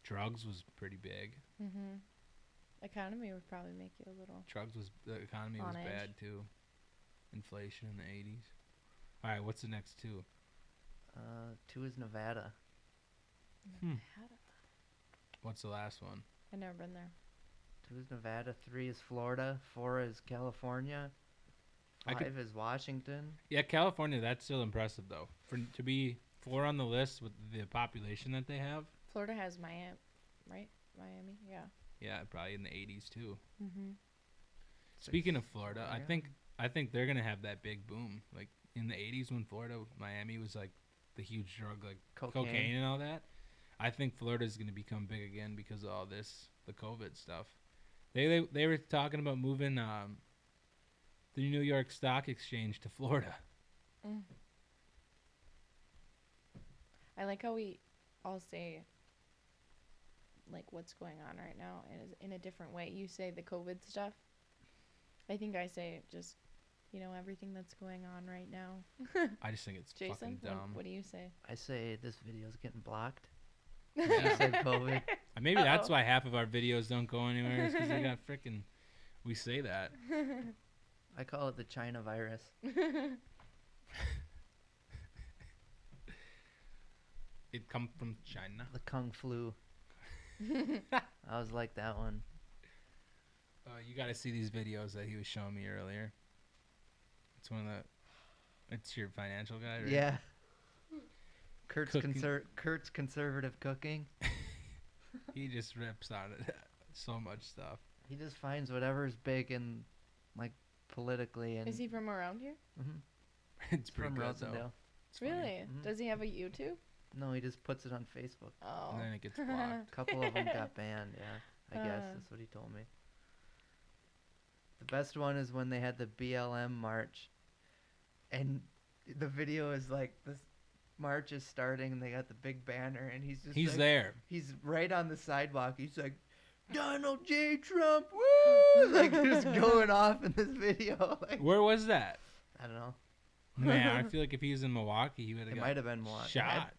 Speaker 1: drugs was pretty big.
Speaker 3: Mhm. Economy would probably make you a little.
Speaker 1: Drugs was the economy was
Speaker 3: On edge.
Speaker 1: bad too. Inflation in the 80s. All right, what's the next two?
Speaker 2: Uh, two is Nevada.
Speaker 1: Hmm. What's the last one?
Speaker 3: I've never been there.
Speaker 2: Two is Nevada. Three is Florida. Four is California.
Speaker 1: I
Speaker 2: Five
Speaker 1: could-
Speaker 2: is Washington.
Speaker 1: Yeah, California. That's still impressive though. For to be four on the list with the population that they have.
Speaker 3: Florida has Miami, right? Miami, yeah.
Speaker 1: Yeah, probably in the 80s too.
Speaker 3: Mm-hmm.
Speaker 1: Speaking
Speaker 2: Six
Speaker 1: of Florida, I
Speaker 2: yeah.
Speaker 1: think I think they're gonna have that big boom. Like in the '80s when Florida, Miami was like the huge drug, like cocaine, and all that. I think Florida's gonna become big again because of all this, the COVID stuff. They they, they were talking about moving um, the New York Stock Exchange to Florida.
Speaker 3: I like how we all say like what's going on right now and is in a different way. You say the COVID stuff. I think I say just you know everything that's going on right now.
Speaker 1: I just think it's
Speaker 3: Jason,
Speaker 1: fucking
Speaker 3: what,
Speaker 1: dumb.
Speaker 3: what do you say?
Speaker 2: I say this video's getting blocked.
Speaker 1: Yeah.
Speaker 2: You said COVID.
Speaker 1: Uh, Maybe that's
Speaker 3: Uh-oh.
Speaker 1: why half of our videos don't go anywhere. It's because they got freaking. We say that.
Speaker 2: I call it the China virus.
Speaker 1: It come from China.
Speaker 2: The Kung Flu. I was like that one.
Speaker 1: Uh, you got to see these videos that he was showing me earlier. It's one of the. It's your financial guy, right?
Speaker 2: Yeah. Kurt's,
Speaker 1: Cooking.
Speaker 2: conser- Kurt's conservative cooking.
Speaker 1: He just rips on it so much stuff.
Speaker 2: He just finds whatever's big and like politically and
Speaker 3: is he from around here?
Speaker 2: Mhm.
Speaker 1: It's pretty
Speaker 2: from
Speaker 1: good though.
Speaker 2: Rosendale.
Speaker 1: It's funny.
Speaker 3: Really?
Speaker 2: Mhm.
Speaker 3: Does he have a YouTube?
Speaker 2: No, he just puts it on Facebook.
Speaker 3: Oh.
Speaker 1: And then it gets blocked.
Speaker 2: A couple of them got banned. Yeah, I guess
Speaker 3: Uh.
Speaker 2: that's what he told me. The best one is when they had the BLM march, and the video is like this march is starting and they got the big banner and he's just
Speaker 1: He's
Speaker 2: like-
Speaker 1: there.
Speaker 2: He's right on the sidewalk. He's like. Donald J. Trump, woo! Like just going off in this video. Like
Speaker 1: Where was that?
Speaker 2: I don't know.
Speaker 1: Man, I feel like if he was in Milwaukee, he would
Speaker 2: It
Speaker 1: have
Speaker 2: might
Speaker 1: got
Speaker 2: have been Milwaukee.
Speaker 1: shot.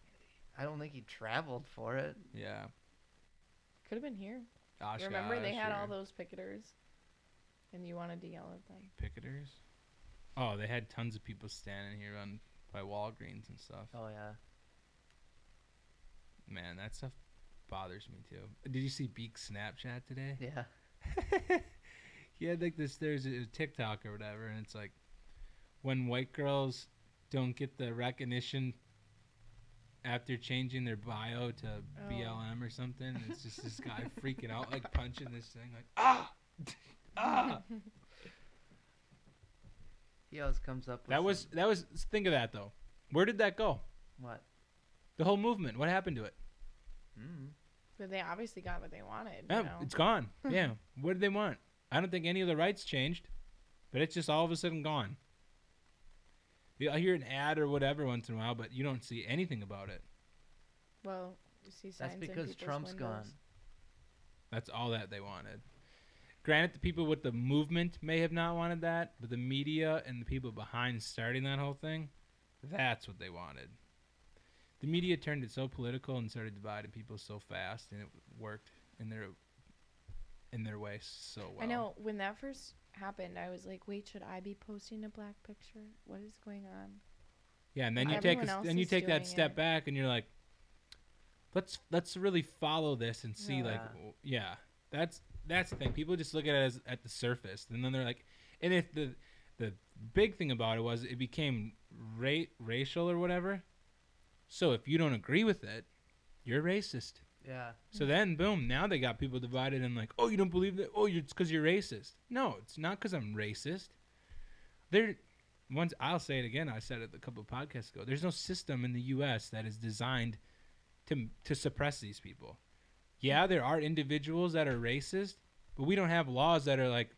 Speaker 2: I, I don't think he traveled for it.
Speaker 1: Yeah.
Speaker 3: Could have been here.
Speaker 1: Oshkosh
Speaker 3: Remember they had
Speaker 1: or
Speaker 3: all those picketers, and you wanted to yell at them.
Speaker 1: picketers. Oh, they had tons of people standing here on by Walgreens and stuff.
Speaker 2: Oh yeah.
Speaker 1: Man, that stuff bothers me too. Did you see Beak's Snapchat today?
Speaker 2: Yeah.
Speaker 1: he had like this there's a TikTok or whatever and it's like when white girls don't get the recognition after changing their bio to
Speaker 3: Oh.
Speaker 1: BLM or something and it's just this guy freaking out like punching this thing like ah ah
Speaker 2: He always comes up. with
Speaker 1: That was
Speaker 2: some-
Speaker 1: that was think of that though. Where did that go?
Speaker 2: what?
Speaker 1: The whole movement. What happened to it?
Speaker 2: Mm.
Speaker 3: But they obviously got what they wanted.
Speaker 1: Yeah,
Speaker 3: you know?
Speaker 1: Oh, it's gone.
Speaker 3: Hmm.
Speaker 1: Yeah. what did they want? I don't think any of the rights changed, but it's just all of a sudden gone. Yeah, I hear an ad or whatever once in a while, but you don't see anything about it.
Speaker 3: Well, you see signs
Speaker 2: That's
Speaker 3: in
Speaker 2: because
Speaker 3: people's
Speaker 2: Trump's
Speaker 3: windows.
Speaker 2: gone.
Speaker 1: That's all that they wanted. Granted, the people with the movement may have not wanted that, but the media and the people behind starting that whole thing, that's what they wanted. The media turned it so political and started dividing people so fast, and it worked in their in their way so well.
Speaker 3: I know when that first happened, I was like, "Wait, should I be posting a black picture? What is going on?"
Speaker 1: Yeah, and then
Speaker 3: Well,
Speaker 1: you take a,
Speaker 3: everyone
Speaker 1: s-
Speaker 3: else
Speaker 1: then you
Speaker 3: is
Speaker 1: take that
Speaker 3: doing
Speaker 1: step
Speaker 3: it.
Speaker 1: back, and you're like, let's let's really follow this and see, like,
Speaker 2: Yeah.
Speaker 1: w- yeah, that's that's the thing. People just look at it as at the surface, and then they're like, and if the the big thing about it was it became ra- racial or whatever. So if you don't agree with it, you're racist.
Speaker 2: Yeah.
Speaker 1: So then, boom, now they got people divided and like, oh, you don't believe that? Oh, you it's because you're racist. No, it's not because I'm racist. There, once I'll say it again. I said it a couple of podcasts ago. There's no system in the U.S. that is designed to to suppress these people. Yeah, there are individuals that are racist, but we don't have laws that are like,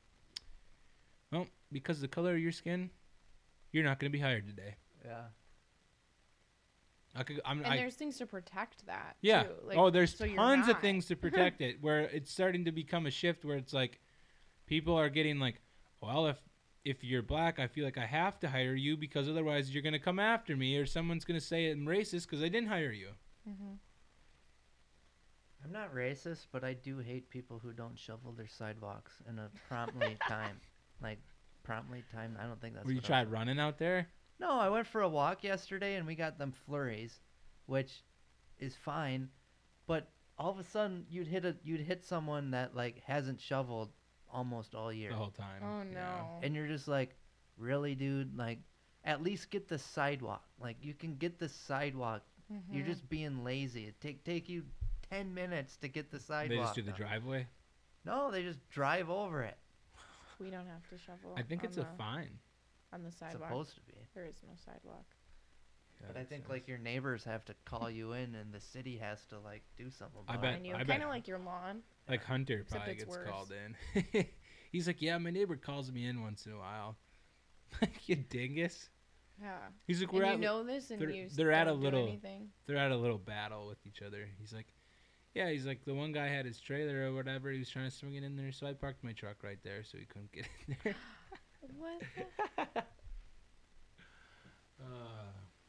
Speaker 1: well, because of the color of your skin, you're not going to be hired today.
Speaker 2: Yeah.
Speaker 1: I could, I'm,
Speaker 3: And
Speaker 1: I,
Speaker 3: there's things to protect that.
Speaker 1: yeah.
Speaker 3: Too. Like,
Speaker 1: oh, there's
Speaker 3: so you're
Speaker 1: tons of
Speaker 3: not.
Speaker 1: things to protect it. Where it's starting to become a shift where it's like people are getting like, well, if if you're black, I feel like I have to hire you because otherwise you're gonna come after me or someone's gonna say I'm racist because I didn't hire you.
Speaker 3: Mhm.
Speaker 2: I'm not racist, but I do hate people who don't shovel their sidewalks in a promptly time. Like promptly timed. I don't think that's.
Speaker 1: Where you
Speaker 2: what I-
Speaker 1: tried running out there?
Speaker 2: No, I went for a walk yesterday and we got them flurries, which is fine, but all of a sudden you'd hit a you'd hit someone that like hasn't shoveled almost all year.
Speaker 1: The whole time.
Speaker 3: Oh
Speaker 1: Yeah.
Speaker 3: no.
Speaker 2: And you're just like, "Really, dude? Like at least get the sidewalk. Like you can get the sidewalk. You're
Speaker 3: Mhm.
Speaker 2: just being lazy. It take take you 10 minutes to get the
Speaker 1: They
Speaker 2: sidewalk."
Speaker 1: just do the
Speaker 2: done.
Speaker 1: driveway.
Speaker 2: No, they just drive over it.
Speaker 3: We don't have to shovel.
Speaker 1: I think
Speaker 3: on
Speaker 1: it's
Speaker 3: the,
Speaker 1: a fine.
Speaker 3: on the sidewalk.
Speaker 2: Supposed to be.
Speaker 3: There is no sidewalk.
Speaker 1: Yeah,
Speaker 2: But I
Speaker 1: that
Speaker 2: think
Speaker 1: sounds-
Speaker 2: like your neighbors have to call you in and the city has to like do something
Speaker 1: I
Speaker 2: about
Speaker 1: bet-
Speaker 2: it.
Speaker 3: and you
Speaker 1: I
Speaker 3: kind
Speaker 1: bet-
Speaker 3: of like your lawn.
Speaker 1: like Hunter
Speaker 3: Except
Speaker 1: probably
Speaker 3: it's
Speaker 1: gets
Speaker 3: worse.
Speaker 1: called in. He's like, yeah, my neighbor calls me in once in a while. Like you dingus.
Speaker 3: Yeah.
Speaker 1: He's like,
Speaker 3: And
Speaker 1: we're
Speaker 3: you
Speaker 1: at
Speaker 3: know this, and
Speaker 1: they're-
Speaker 3: you s-
Speaker 1: they're at a
Speaker 3: don't do
Speaker 1: little-
Speaker 3: anything.
Speaker 1: they're at a little battle with each other. He's like, yeah, he's like the one guy had his trailer or whatever. He was trying to swing it in there, so I parked my truck right there so he couldn't get in there.
Speaker 3: What? The?
Speaker 1: uh,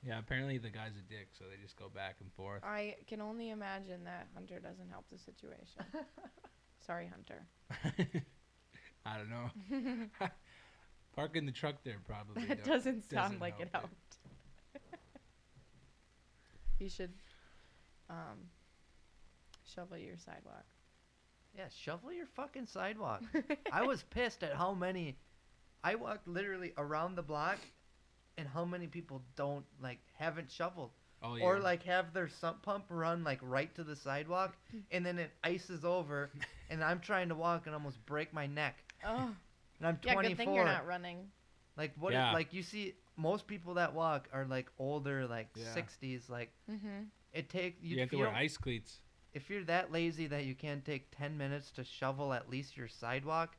Speaker 1: yeah, apparently the guy's a dick, so they just go back and forth.
Speaker 3: I can only imagine that Hunter doesn't help the situation. Sorry, Hunter.
Speaker 1: I don't know. Parking the truck there probably.
Speaker 3: That
Speaker 1: don't-
Speaker 3: doesn't sound
Speaker 1: doesn't
Speaker 3: like it
Speaker 1: help
Speaker 3: helped. you should um, shovel your sidewalk.
Speaker 2: Yeah, shovel your fucking sidewalk. I was pissed at how many. I walked literally around the block, and how many people don't like haven't shoveled
Speaker 1: Oh,
Speaker 2: or
Speaker 1: yeah.
Speaker 2: like have their sump pump run like right to the sidewalk,
Speaker 3: Mm.
Speaker 2: and then it ices over, and I'm trying to walk and almost break my neck.
Speaker 3: oh,
Speaker 2: And I'm
Speaker 3: yeah.
Speaker 2: 24.
Speaker 3: Good thing you're not running.
Speaker 2: Like what?
Speaker 1: Yeah.
Speaker 2: like you see, most people that walk are like older, like
Speaker 1: Yeah.
Speaker 2: 60s. Like
Speaker 3: Mm-hmm.
Speaker 2: it take you,
Speaker 1: you have
Speaker 2: if,
Speaker 1: to
Speaker 2: you
Speaker 1: wear
Speaker 2: don't-
Speaker 1: ice cleats.
Speaker 2: if you're that lazy that you can't take 10 minutes to shovel at least your sidewalk,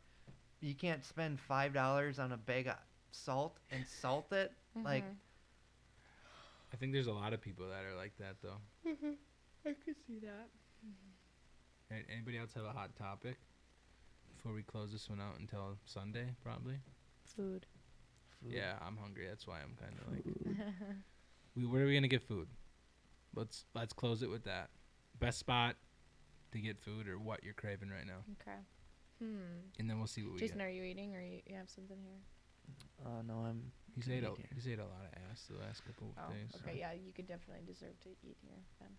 Speaker 2: you can't spend $5 on a bag of salt and salt it.
Speaker 3: Mm-hmm.
Speaker 2: Like,
Speaker 1: I think there's a lot of people that are like that though.
Speaker 3: Mm-hmm. I could see that.
Speaker 1: Alright, Anybody else have a hot topic before we close this one out until Sunday, probably?
Speaker 3: Food.
Speaker 2: food.
Speaker 1: Yeah, I'm hungry. That's why I'm kind of like. Mm. we where are we gonna get food? Let's let's close it with that. Best spot to get food or what you're craving right now,
Speaker 3: Okay. Hmm.
Speaker 1: and then we'll see what we
Speaker 3: Jason,
Speaker 1: get.
Speaker 3: are you eating, or you, you have something here?
Speaker 2: Oh, no, I'm.
Speaker 1: He's
Speaker 2: gonna
Speaker 1: ate a
Speaker 2: eat here.
Speaker 1: he's ate a lot of ass the last couple
Speaker 3: Oh,
Speaker 1: of days.
Speaker 3: okay. Yeah, you could definitely deserve to eat here then.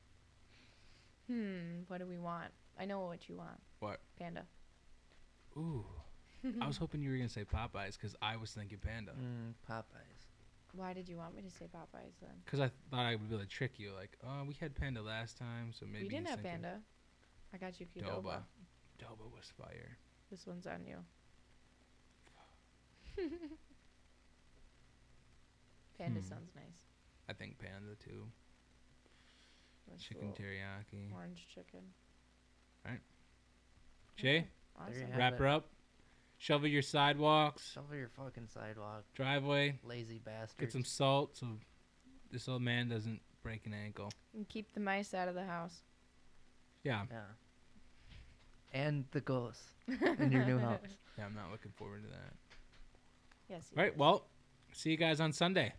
Speaker 3: Hmm. What do we want? I know what you want.
Speaker 1: What?
Speaker 3: Panda.
Speaker 1: Ooh, I was hoping you were gonna say Popeyes because I was thinking Panda
Speaker 2: Mm, Popeyes.
Speaker 3: Why did you want me to say Popeyes then?
Speaker 1: because I thought I would be able to trick you. Like, oh, we had Panda last time, so maybe
Speaker 3: we didn't
Speaker 1: he's
Speaker 3: have
Speaker 1: thinking
Speaker 3: Panda. I got you Qdoba.
Speaker 1: Doba. Doba was fire.
Speaker 3: This one's on you. always
Speaker 1: Mm.
Speaker 3: sounds nice.
Speaker 1: I think Panda too.
Speaker 3: Like
Speaker 1: Chicken
Speaker 3: little
Speaker 1: teriyaki.
Speaker 3: Orange chicken.
Speaker 1: Alright.
Speaker 3: Okay,
Speaker 1: Jay,
Speaker 2: There you
Speaker 3: Awesome.
Speaker 2: have
Speaker 1: wrap
Speaker 2: it.
Speaker 1: her up. Shovel your sidewalks,
Speaker 2: Shovel your fucking sidewalk,
Speaker 1: driveway.
Speaker 2: lazy bastard.
Speaker 1: Get some salt so this old man doesn't break an ankle.
Speaker 3: And keep the mice out of the house.
Speaker 1: Yeah,
Speaker 2: Yeah. And the ghosts in your new house.
Speaker 1: yeah, I'm not looking forward to that.
Speaker 3: Yes. you
Speaker 1: All right,
Speaker 3: do.
Speaker 1: well, see you guys on Sunday.